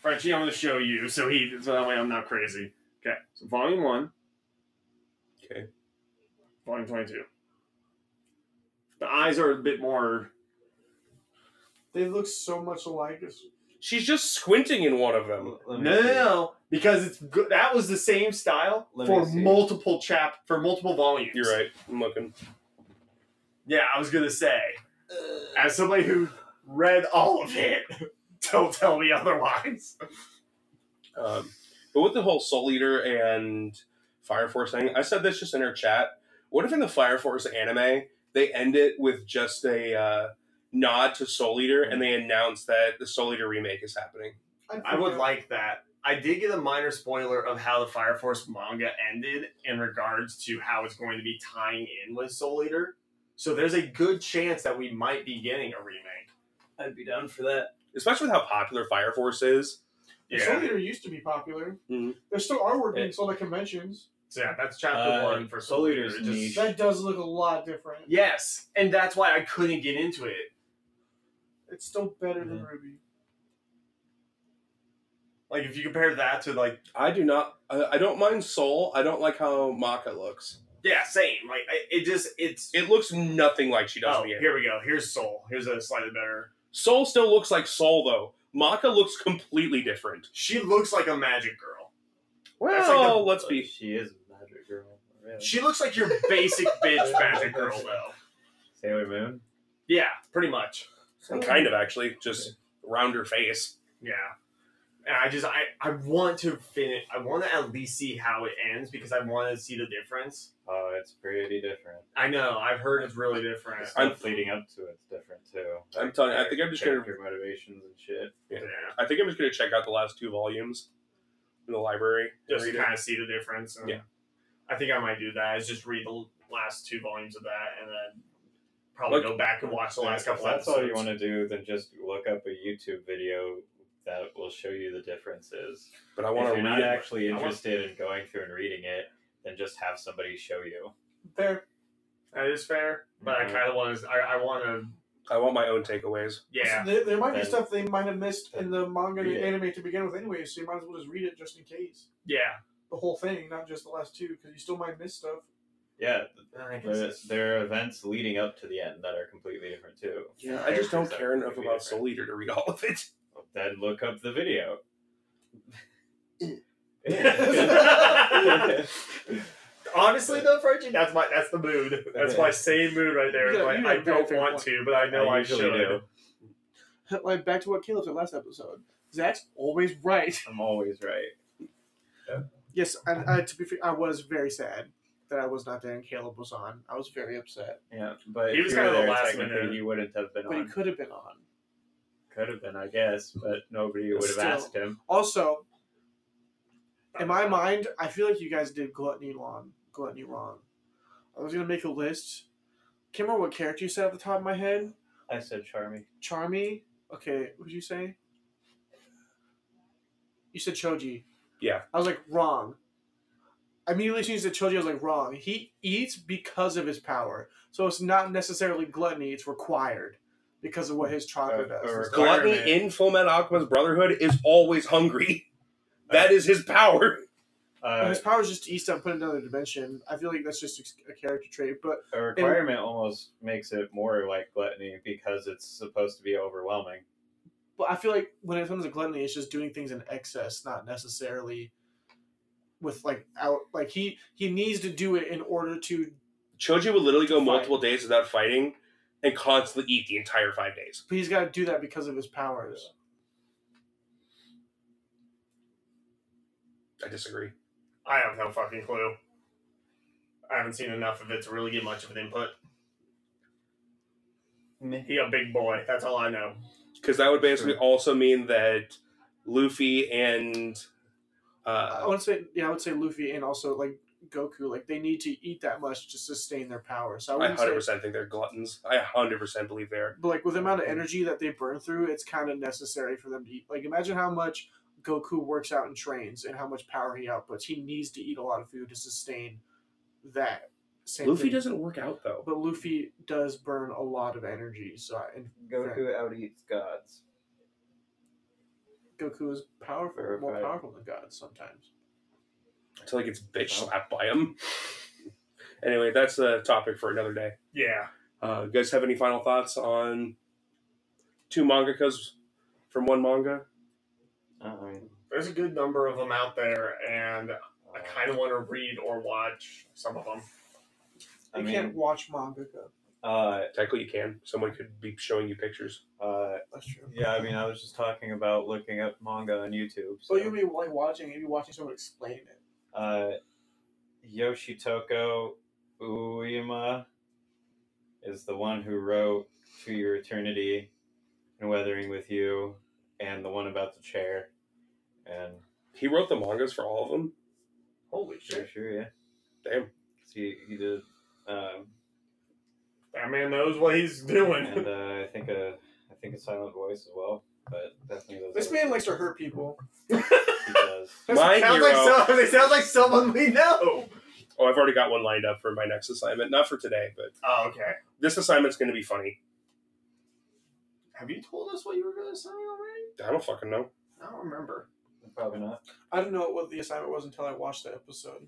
Speaker 2: Frenchie, I'm going to show you so he so that way I'm not crazy. Okay, so volume one.
Speaker 1: Okay.
Speaker 2: Volume 22. The eyes are a bit more.
Speaker 4: They look so much alike. It's,
Speaker 1: She's just squinting in one of them.
Speaker 5: L- let me
Speaker 2: No,
Speaker 5: see.
Speaker 2: no, no, because it's good. That was the same style
Speaker 5: Let me
Speaker 2: for
Speaker 5: see.
Speaker 2: multiple chap for multiple volumes.
Speaker 1: You're right. I'm looking.
Speaker 2: Yeah, I was gonna say, as somebody who read all of it, don't tell me otherwise.
Speaker 1: Um, but with the whole Soul Eater and Fire Force thing, I said this just in our chat. What if in the Fire Force anime they end it with just a uh, nod to Soul Eater and they announce that the Soul Eater remake is happening?
Speaker 4: I'd
Speaker 2: I would
Speaker 4: forget.
Speaker 2: like that. I did get a minor spoiler of how the Fire Force manga ended in regards to how it's going to be tying in with Soul Eater. So there's a good chance that we might be getting a remake.
Speaker 5: I'd be down for that.
Speaker 1: Especially with how popular Fire Force is.
Speaker 4: Soul Eater used to be popular.
Speaker 1: Mhm.
Speaker 4: There's still artwork being
Speaker 5: It-
Speaker 4: sold at conventions.
Speaker 2: So yeah, that's chapter
Speaker 5: Uh,
Speaker 2: one for Soul
Speaker 5: Soul
Speaker 2: Eater.
Speaker 5: Eater's
Speaker 2: It just-
Speaker 5: niche.
Speaker 4: That does look a lot different.
Speaker 2: Yes, and that's why I couldn't get into it.
Speaker 4: It's still better than Ruby.
Speaker 2: Like if you compare that to like
Speaker 1: I do not. I, I don't mind Soul. I don't like how Maka looks.
Speaker 2: yeah, same. Like I- it just it's
Speaker 1: It looks nothing like she does
Speaker 2: oh
Speaker 1: in the anime.
Speaker 2: here we go. Here's Soul. Here's a slightly better.
Speaker 1: Soul still looks like Soul though. Maka looks completely different.
Speaker 2: She looks like a magic girl. That's like the-
Speaker 1: Well, Oh, let's be
Speaker 5: She is a magic girl. Really.
Speaker 2: She looks like your basic bitch magic girl though.
Speaker 5: Sailor Moon.
Speaker 2: Yeah, pretty much.
Speaker 1: kind of actually just rounder face.
Speaker 2: Yeah. And I just I, I want to finish I want to at least see how it ends because I want to see the difference.
Speaker 5: Oh, it's pretty different.
Speaker 2: I know, I've heard it's really different.
Speaker 5: It's
Speaker 1: I'm-
Speaker 5: not leading up to it's different too.
Speaker 1: I'm telling you, I think I'm just gonna-
Speaker 5: Character motivations and shit.
Speaker 2: Yeah.
Speaker 1: I think I'm just gonna check out the last two volumes in the library.
Speaker 2: Just
Speaker 1: Read
Speaker 2: to
Speaker 1: it.
Speaker 2: kind of see the difference. and
Speaker 1: Yeah.
Speaker 2: I think I might do that. Is just read the last two volumes of that and then probably
Speaker 1: Look-
Speaker 2: go back and watch the last
Speaker 5: If
Speaker 2: couple
Speaker 5: That's
Speaker 2: episodes.
Speaker 5: all you want to do. Then just look up a YouTube video that will show you the differences.
Speaker 1: but I
Speaker 5: If
Speaker 1: want to
Speaker 5: you're
Speaker 1: read.
Speaker 5: not
Speaker 1: it.
Speaker 5: actually
Speaker 2: I wanna-
Speaker 5: interested in going through and reading it, then just have somebody show you.
Speaker 4: There.
Speaker 2: That is fair, but
Speaker 5: Mhm.
Speaker 2: I kind of want to. I, I want to.
Speaker 1: I want my own takeaways.
Speaker 2: Yeah,
Speaker 4: There, there might be
Speaker 5: Then-
Speaker 4: stuff they might have missed in the manga and
Speaker 5: Yeah.
Speaker 4: anime to begin with anyway, so you might as well just read it just in case.
Speaker 2: yeah.
Speaker 4: The whole thing, not just the last two, because you still might miss stuff.
Speaker 5: Yeah,
Speaker 2: I guess
Speaker 5: there,
Speaker 2: it's-
Speaker 5: there are events leading up to the end that are completely different too.
Speaker 1: Yeah, I just don't
Speaker 5: Characters that
Speaker 1: care
Speaker 5: are
Speaker 1: enough
Speaker 5: completely different.
Speaker 1: about Soul Eater to read all of it.
Speaker 5: Then look up the video.
Speaker 2: Honestly, though, Frenchie, that's my that's the mood. That's my same mood right there.
Speaker 4: You got-
Speaker 2: Like,
Speaker 4: you got
Speaker 2: I
Speaker 4: a very
Speaker 2: don't
Speaker 4: fair
Speaker 2: want
Speaker 4: point.
Speaker 2: to, but I know
Speaker 5: I
Speaker 2: I,
Speaker 5: usually
Speaker 2: should.
Speaker 5: do.
Speaker 4: like back to what Caleb said last episode. Zach's always right.
Speaker 5: I'm always right.
Speaker 4: Yes, and I, to be fair, I was very sad that I was not there and Caleb was on. I was very upset,
Speaker 5: Yeah, but
Speaker 2: He
Speaker 5: if
Speaker 2: was
Speaker 5: you were
Speaker 2: kinda the
Speaker 5: there,
Speaker 2: last
Speaker 5: technically,
Speaker 2: minute.
Speaker 5: He wouldn't have been
Speaker 4: but he
Speaker 5: on.
Speaker 4: could have been on.
Speaker 5: Could have been, I guess, but nobody would have
Speaker 4: Still.
Speaker 5: asked him.
Speaker 4: Also, in my mind, I feel like you guys did gluttony long. Gluttony long. I was gonna make a list. Can't remember what character you said at the top of my head.
Speaker 5: I said Charmy.
Speaker 4: Charmy, Okay, what'd you say? You said Choji.
Speaker 1: Yeah.
Speaker 4: I was like, wrong. I immediately changed to Choji. I was like, wrong. He eats because of his power. So it's not necessarily gluttony, it's required because of what his chakra
Speaker 2: Uh,
Speaker 4: does.
Speaker 2: or-
Speaker 1: Gluttony
Speaker 2: Requirement.
Speaker 1: in Full Metal Alchemist Brotherhood is always hungry. That is his power.
Speaker 4: And
Speaker 3: Uh,
Speaker 4: his power is just to eat stuff, put it in another dimension. I feel like that's just a character trait, but
Speaker 3: a requirement almost makes it more like gluttony because it's supposed to be overwhelming.
Speaker 4: But I feel like when it comes to gluttony, it's just doing things in excess, not necessarily with like out like he he needs to do it in order to
Speaker 1: Choji would literally go
Speaker 4: Fight.
Speaker 1: multiple days without fighting and constantly eat the entire five days.
Speaker 4: but he's got to do that because of his powers.
Speaker 1: I disagree.
Speaker 2: I have no fucking clue. I haven't seen enough of it to really get much of an input. He a big boy. That's all I know.
Speaker 1: Because that would basically
Speaker 3: Sure.
Speaker 1: also mean that Luffy and
Speaker 4: I
Speaker 1: uh,
Speaker 4: would say yeah, I would say Luffy and also like Goku like they need to eat that much to sustain their power. So I
Speaker 1: I
Speaker 4: wouldn't
Speaker 1: hundred
Speaker 4: say,
Speaker 1: percent think they're gluttons. I hundred percent believe they're
Speaker 4: but like with the amount of energy that they burn through, it's kind of necessary for them to eat. Like imagine how much Goku works out and trains and how much power he outputs. He needs to eat a lot of food to sustain that. Same
Speaker 1: Luffy
Speaker 4: thing.
Speaker 1: doesn't work out though.
Speaker 4: But Luffy does burn a lot of energy, so I, and
Speaker 3: Goku out eats gods.
Speaker 4: Goku is powerful, more
Speaker 3: Verified.
Speaker 4: powerful than God sometimes.
Speaker 1: Until he gets bitch slapped by him. anyway, that's a topic for another day.
Speaker 2: Yeah.
Speaker 1: Uh, you guys have any final thoughts on two mangakas from one manga?
Speaker 3: I
Speaker 5: Uh-huh.
Speaker 3: mean,
Speaker 2: There's a good number of them out there, and I kind of want to read or watch some of them.
Speaker 3: I
Speaker 4: you
Speaker 3: mean,
Speaker 4: can't watch manga.
Speaker 3: uh,
Speaker 1: Technically, you can. Someone could be showing you pictures.
Speaker 3: uh,
Speaker 4: That's true.
Speaker 3: yeah, I mean, I was just talking about looking up manga on YouTube. So,
Speaker 4: So you'll be like watching, you'll be watching someone explain it.
Speaker 3: uh, Yoshitoko Uema is the one who wrote To Your Eternity and Weathering with You and the one about the chair. And
Speaker 1: He wrote the mangas for all of them.
Speaker 2: Holy
Speaker 3: sure,
Speaker 2: shit.
Speaker 3: sure, yeah.
Speaker 1: Damn.
Speaker 3: See, he did. Um,
Speaker 2: That man knows what he's doing.
Speaker 3: and uh, I think a, I think a silent voice as well, but definitely those
Speaker 4: This
Speaker 3: other-
Speaker 4: man likes to hurt people.
Speaker 3: he does.
Speaker 1: My
Speaker 2: sounds
Speaker 1: hero.
Speaker 2: Like some, it sounds like someone we know.
Speaker 1: Oh, I've already got one lined up for my next assignment. Not for today, but
Speaker 2: Oh, okay.
Speaker 1: this assignment's going to be funny.
Speaker 2: Have you told us what you were going to say already?
Speaker 1: I don't fucking know.
Speaker 2: I don't remember.
Speaker 3: Probably not.
Speaker 4: I didn't know what the assignment was until I watched the episode.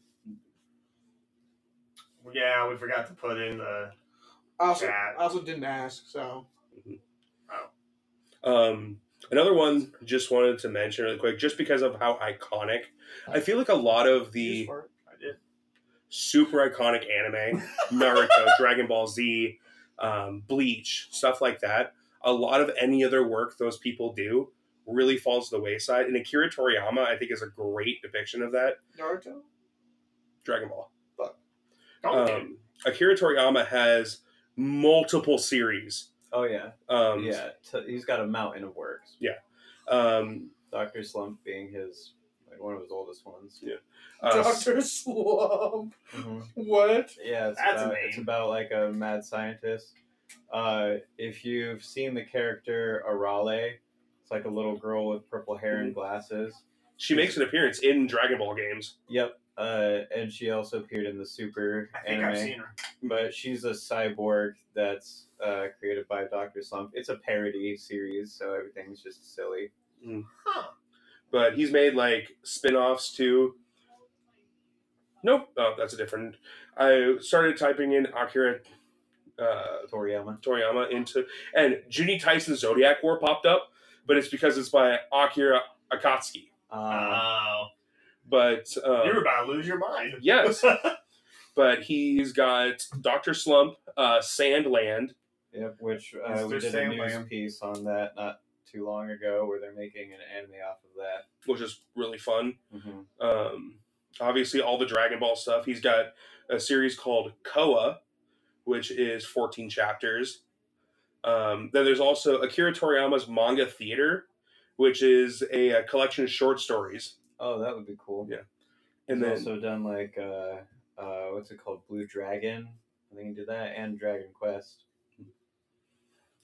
Speaker 2: Yeah, we forgot to put in the.
Speaker 4: I also,
Speaker 2: Yeah.
Speaker 4: I also didn't ask, so
Speaker 1: Um, another one just wanted to mention really quick, just because of how iconic. I feel like a lot of
Speaker 4: Use
Speaker 1: the
Speaker 4: for it.
Speaker 2: I did.
Speaker 1: super iconic anime, Naruto, Dragon Ball Z, um, Bleach, stuff like that. A lot of any other work those people do really falls to the wayside. And Akira Toriyama, I think, is a great depiction of that.
Speaker 4: Naruto.
Speaker 1: Dragon Ball.
Speaker 2: Don't get it.
Speaker 1: Um, Akira Toriyama has multiple series.
Speaker 3: Oh yeah,
Speaker 1: Um,
Speaker 3: yeah. T- he's got a mountain of works.
Speaker 1: um,
Speaker 3: Doctor Slump being his like one of his oldest ones.
Speaker 1: Yeah. uh,
Speaker 4: Doctor Slump.
Speaker 3: Mhm.
Speaker 4: What?
Speaker 3: Yeah, it's
Speaker 2: That's a
Speaker 3: about,
Speaker 2: name.
Speaker 3: it's about like a mad scientist. Uh, if you've seen the character Arale, it's like a little girl with purple hair and glasses.
Speaker 1: she makes an appearance in Dragon Ball games.
Speaker 3: Yep. Uh, and she also appeared in the Super
Speaker 2: I think
Speaker 3: anime.
Speaker 2: I've seen her.
Speaker 3: but she's a cyborg that's uh, created by Doctor Slump. It's a parody series, so everything's just silly.
Speaker 2: Huh.
Speaker 1: But he's made like spin offs too. Nope. Oh, that's a different. I started typing in Akira uh,
Speaker 3: Toriyama.
Speaker 1: Toriyama into. And Junie Tyson's Zodiac War popped up, but it's because it's by Akira Akatsuki.
Speaker 3: Uh,
Speaker 2: Oh.
Speaker 1: But. Um,
Speaker 2: You're about to lose your mind.
Speaker 1: Yes. but he's got Doctor Slump, uh, Sandland.
Speaker 3: yep, which uh,
Speaker 2: Mr.
Speaker 3: we did a news
Speaker 2: Sandman.
Speaker 3: piece on that not too long ago, where they're making an anime off of that.
Speaker 1: which is really fun.
Speaker 3: Mm-hmm.
Speaker 1: Um, obviously, all the Dragon Ball stuff. He's got a series called Koa, which is 14 chapters. Um, then there's also Akira Toriyama's Manga Theater, which is a, uh collection of short stories.
Speaker 3: Oh, that would be cool.
Speaker 1: Yeah, And
Speaker 3: He's
Speaker 1: then
Speaker 3: also done like uh, uh, what's it called, Blue Dragon. I think he did that and Dragon Quest.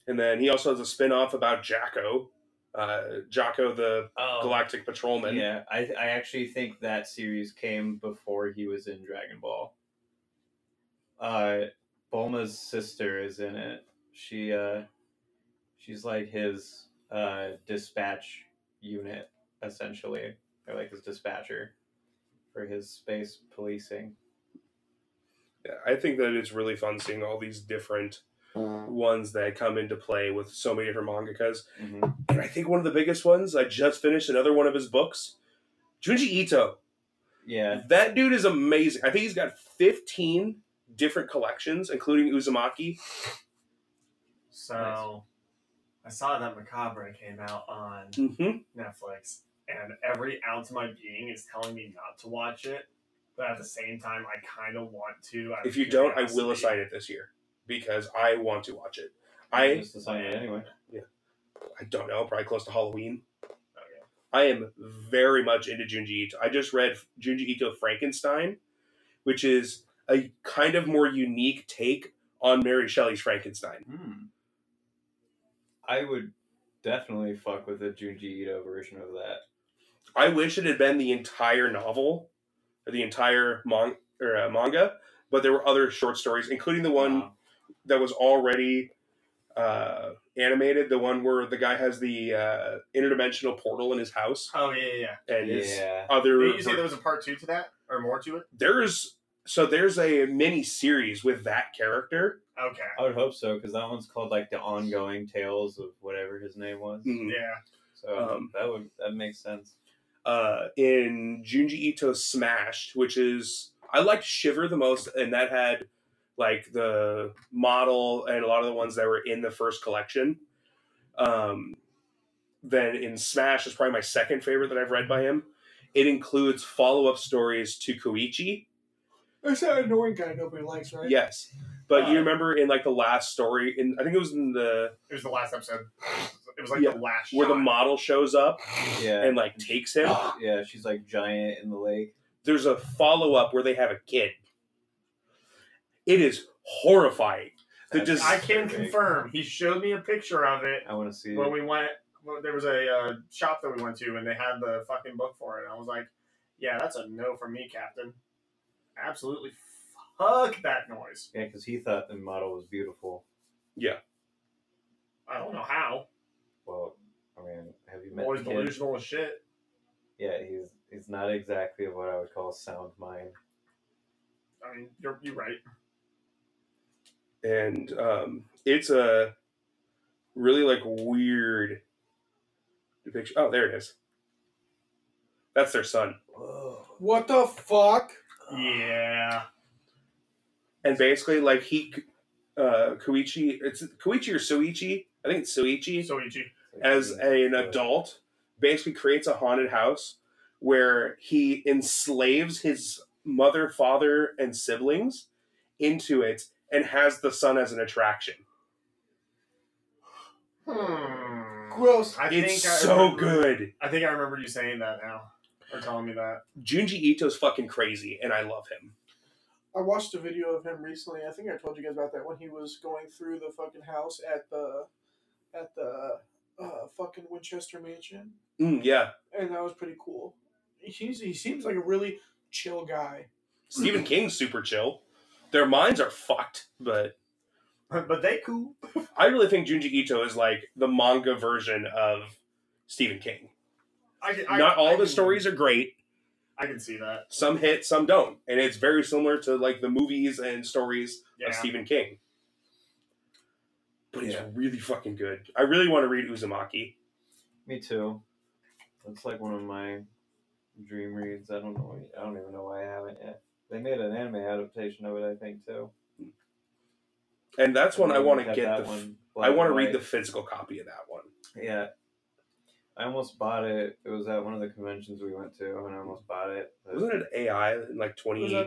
Speaker 1: And then he also has a spin off about Jacko, uh, Jocko the
Speaker 3: Oh,
Speaker 1: Galactic Patrolman.
Speaker 3: yeah. I I actually think that series came before he was in Dragon Ball. Uh, Bulma's sister is in it. She uh, she's like his uh dispatch unit essentially, or like his dispatcher for his space policing.
Speaker 1: Yeah, I think that it's really fun seeing all these different ones that come into play with so many different mangakas.
Speaker 3: Mhm.
Speaker 1: And I think one of the biggest ones, I just finished another one of his books, Junji Ito.
Speaker 3: Yeah,
Speaker 1: That dude is amazing. I think he's got 15 different collections, including Uzumaki.
Speaker 2: So I saw that Macabre came out on
Speaker 1: Mm-hmm.
Speaker 2: Netflix, and every ounce of my being is telling me not to watch it. But at the same time, I kind of want to. out of
Speaker 1: If you don't, I
Speaker 2: curiosity.
Speaker 1: will assign it this year because I want to watch it.
Speaker 3: I
Speaker 1: I
Speaker 3: just decided it anyway.
Speaker 1: I don't know, probably close to Halloween.
Speaker 2: Oh, yeah.
Speaker 1: I am very much into Junji Ito. I just read Junji Ito Frankenstein, which is a kind of more unique take on Mary Shelley's Frankenstein.
Speaker 3: Hmm. I would definitely fuck with a Junji Ito version of that.
Speaker 1: I wish it had been the entire novel, or the entire mon- or, uh, manga, but there were other short stories, including the one
Speaker 3: Wow.
Speaker 1: that was already uh, animated, the one where the guy has the uh, interdimensional portal in his house
Speaker 2: Oh yeah, yeah.
Speaker 1: and his
Speaker 3: Yeah.
Speaker 1: other.
Speaker 2: yeah. Did you say there was a part two to that, or more to it?
Speaker 1: there's so there's a mini series with that character.
Speaker 2: Okay.
Speaker 3: I would hope so because that one's called like the ongoing tales of whatever his name was.
Speaker 2: Yeah.
Speaker 3: So
Speaker 1: Mm, Um,
Speaker 3: that would that makes sense.
Speaker 1: Uh, in Junji Ito's Smashed, which is I liked Shiver the most, and that had like the model and a lot of the ones that were in the first collection. Um, then in Smash is probably my second favorite that I've read by him. It includes follow up stories to Koichi.
Speaker 4: It's that annoying guy nobody likes, right?
Speaker 1: Yes, but you
Speaker 2: Uh,
Speaker 1: remember in like the last story, in I think it was in the
Speaker 2: It was the last episode. It was like
Speaker 1: Yeah,
Speaker 2: the last.
Speaker 1: where the
Speaker 2: shot.
Speaker 1: model shows up
Speaker 3: Yeah.
Speaker 1: and like takes him.
Speaker 3: yeah, she's like giant in the lake.
Speaker 1: There's a follow up where they have a kid. It is horrifying. The
Speaker 3: That's
Speaker 1: des-
Speaker 2: I can
Speaker 3: perfect.
Speaker 2: confirm. He showed me a picture of it
Speaker 3: I want to see.
Speaker 2: when we went. Well, there was a uh, shop that we went to, and they had the fucking book for it. And I was like, "Yeah, that's a no for me, Captain. Absolutely, fuck that noise.
Speaker 3: Yeah, because he thought the model was beautiful.
Speaker 2: I don't know how.
Speaker 3: Well, I mean, have you met?
Speaker 2: Always
Speaker 3: the kid?
Speaker 2: delusional as shit.
Speaker 3: Yeah, he's he's not exactly what I would call sound mind.
Speaker 2: I mean, you're you're right.
Speaker 1: and um, it's a really like weird depiction. Oh, there it is. That's their son.
Speaker 3: Whoa.
Speaker 4: What the fuck?
Speaker 2: Yeah.
Speaker 1: And basically, like he, uh, Koichi, it's Koichi or Soichi. I think it's Soichi.
Speaker 2: So Ichi.
Speaker 1: as an adult basically creates a haunted house where he enslaves his mother, father, and siblings into it and has the son as an attraction.
Speaker 2: Hmm.
Speaker 4: Gross.
Speaker 2: I
Speaker 1: it's
Speaker 2: think I
Speaker 1: so
Speaker 2: remember-
Speaker 1: good.
Speaker 2: I think I remember you saying that now, or telling me that.
Speaker 1: Junji Ito's fucking crazy and I love him.
Speaker 4: I watched a video of him recently. I think I told you guys about that when he was going through the fucking house at the at the uh, fucking Winchester Mansion,
Speaker 1: Mm, yeah.
Speaker 4: and that was pretty cool. He's, he seems like a really chill guy.
Speaker 1: Stephen King's super chill. Their minds are fucked, but
Speaker 2: but they cool.
Speaker 1: I really think Junji Ito is like the manga version of Stephen King.
Speaker 2: I can, I,
Speaker 1: Not all
Speaker 2: I
Speaker 1: the
Speaker 2: can-
Speaker 1: stories are great,
Speaker 2: I can see that.
Speaker 1: some hit, some don't. And it's very similar to like the movies and stories
Speaker 2: Yeah.
Speaker 1: of Stephen King. But it's
Speaker 3: Yeah.
Speaker 1: really fucking good. I really want to read Uzumaki.
Speaker 3: Me too. That's like one of my dream reads. I don't know. I don't even know why I haven't yet. They made an anime adaptation of it, I think, too.
Speaker 1: And that's one I
Speaker 3: Maybe
Speaker 1: want to
Speaker 3: have
Speaker 1: get
Speaker 3: that
Speaker 1: the f-
Speaker 3: one
Speaker 1: I
Speaker 3: black
Speaker 1: want to
Speaker 3: and
Speaker 1: read the
Speaker 3: white.
Speaker 1: physical copy of that one.
Speaker 3: yeah. I almost bought it. It was at one of the conventions we went to, and I almost bought it. but-
Speaker 1: Wasn't it AI in like
Speaker 4: Was that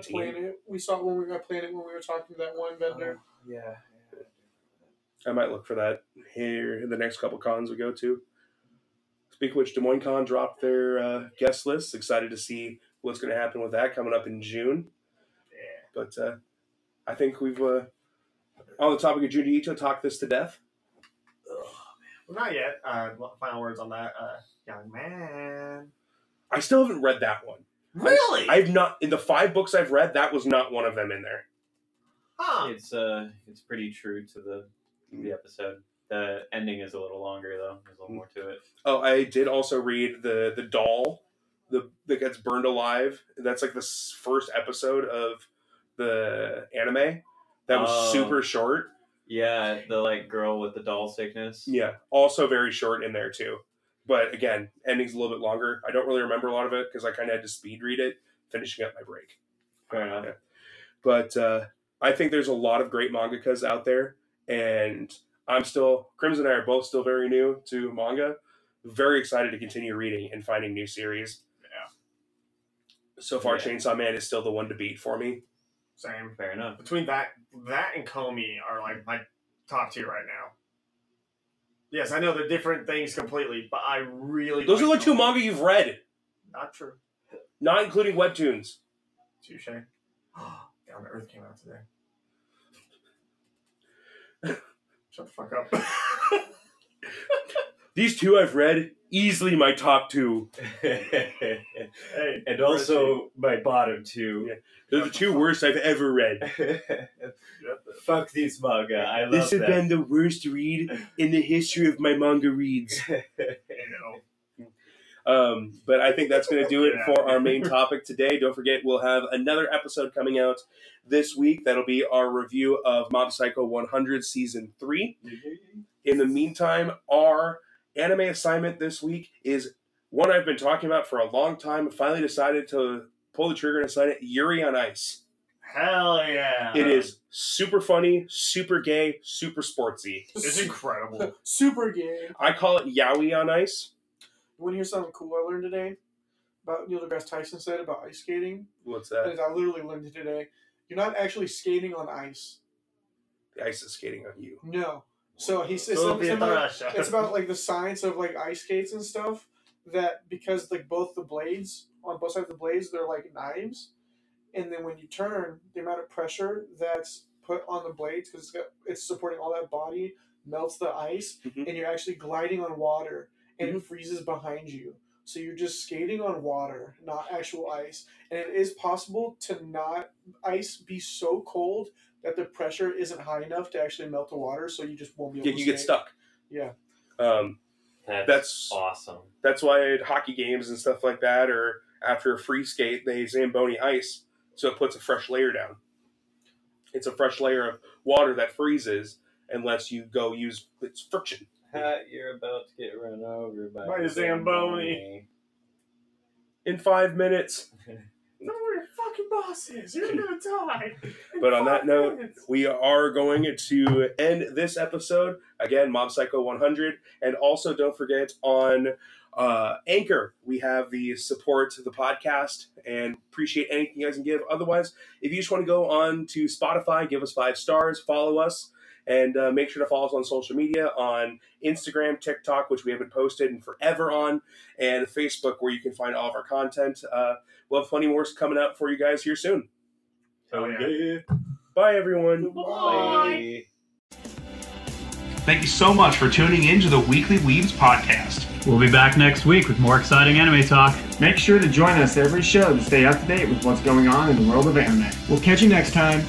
Speaker 1: 2018?
Speaker 4: Planet? We saw it when we got Planet when we were talking to that one vendor.
Speaker 3: uh, yeah.
Speaker 1: I might look for that here in the next couple cons we go to. Speak of which, Des Moines Con dropped their uh, guest list. Excited to see what's going to happen with that coming up in June.
Speaker 2: Yeah.
Speaker 1: But uh, I think we've uh, on the topic of Junji Ito talked this to death.
Speaker 2: not yet. Uh, final words on that, uh, young man.
Speaker 1: I still haven't read that one.
Speaker 2: Really?
Speaker 1: I've not in the five books I've read. That was not one of them in there.
Speaker 2: huh.
Speaker 3: It's uh, it's pretty true to the
Speaker 1: Mm.
Speaker 3: the episode. The ending is a little longer though. There's a little more to it.
Speaker 1: Oh, I did also read the the doll, the that gets burned alive. That's like the s- first episode of the anime. That was
Speaker 3: Oh.
Speaker 1: super short.
Speaker 3: Yeah, the like girl with the doll sickness.
Speaker 1: Yeah, also very short in there too. But again, ending's a little bit longer. I don't really remember a lot of it because I kind of had to speed read it, finishing up my break.
Speaker 3: Fair enough.
Speaker 1: but uh, I think there's a lot of great mangakas out there, and I'm still Crimson and I are both still very new to manga. Very excited to continue reading and finding new series.
Speaker 2: Yeah.
Speaker 1: So far,
Speaker 3: Yeah.
Speaker 1: Chainsaw Man is still the one to beat for me.
Speaker 2: Same.
Speaker 3: Fair enough.
Speaker 2: Between that, that and Comey are like my top two right now. Yes, I know they're different things completely, but I really
Speaker 1: Those are the two
Speaker 2: Comey.
Speaker 1: manga you've read,
Speaker 2: Not true.
Speaker 1: not including webtoons.
Speaker 2: Touche. Down to Earth came out today. Shut the fuck up.
Speaker 1: These two I've read easily my top two.
Speaker 2: hey,
Speaker 3: and also my bottom two.
Speaker 1: Yeah. They're the two worst I've ever read.
Speaker 2: shut the
Speaker 3: Fuck these manga. I love
Speaker 1: This has
Speaker 3: them.
Speaker 1: been the worst read in the history of my manga reads.
Speaker 2: you know.
Speaker 1: Um, but I think that's going to do it
Speaker 2: Yeah.
Speaker 1: for our main topic today. Don't forget, we'll have another episode coming out this week. That'll be our review of Mob Psycho 100 Season 3. In the meantime, our anime assignment this week is one I've been talking about for a long time. Finally decided to pull the trigger and assign it Yuri on Ice.
Speaker 2: Hell yeah.
Speaker 1: It is super funny, super gay, super sportsy.
Speaker 2: It's incredible.
Speaker 4: Super gay.
Speaker 1: I call it Yaoi on Ice.
Speaker 4: You want to hear something cool I learned today? About Neil deGrasse Tyson said about ice skating.
Speaker 1: What's
Speaker 4: That
Speaker 1: that?
Speaker 4: I literally learned it today. You're not actually skating on ice.
Speaker 1: The ice is skating on you.
Speaker 4: No. So he says
Speaker 2: Soviet
Speaker 4: something about,
Speaker 2: Russia.
Speaker 4: it's about like the science of like ice skates and stuff. That because like both the blades on both sides of the blades they're like knives, and then when you turn, the amount of pressure that's put on the blades because it's got it's supporting all that body melts the ice,
Speaker 1: Mhm.
Speaker 4: and you're actually gliding on water, and
Speaker 1: Mm-hmm.
Speaker 4: it freezes behind you. So you're just skating on water, not actual ice. And it is possible to not ice be so cold that the pressure isn't high enough to actually melt the water, so you just won't be able
Speaker 1: Yeah,
Speaker 4: to
Speaker 1: you get
Speaker 4: skate.
Speaker 1: stuck.
Speaker 4: Yeah.
Speaker 1: Um,
Speaker 3: That's,
Speaker 1: that's
Speaker 3: awesome.
Speaker 1: That's why at hockey games and stuff like that, or after a free skate, they zamboni ice, so it puts a fresh layer down. It's a fresh layer of water that freezes unless you go use its friction.
Speaker 3: Pat, you're about to get run over by,
Speaker 2: By a Zamboni.
Speaker 1: In five minutes,
Speaker 2: Know where your fucking boss is. You're gonna die. in
Speaker 1: But on
Speaker 2: five
Speaker 1: that note,
Speaker 2: minutes.
Speaker 1: we are going to end this episode again, Mob Psycho 100, and also don't forget on uh, Anchor we have the support to the podcast and appreciate anything you guys can give. Otherwise, if you just want to go on to Spotify, give us five stars, follow us. And uh, make sure to follow us on social media on Instagram, TikTok, which we haven't posted in forever on, and Facebook, where you can find all of our content. Uh, we'll have plenty more coming up for you guys here soon.
Speaker 2: Hell Oh, yeah.
Speaker 1: Bye, everyone.
Speaker 3: Bye.
Speaker 6: Thank you so much for tuning in to the Weekly Weaves podcast.
Speaker 7: We'll be back next week with more exciting anime talk.
Speaker 8: Make sure to join us every show to stay up to date with what's going on in the world of anime. We'll catch you next time.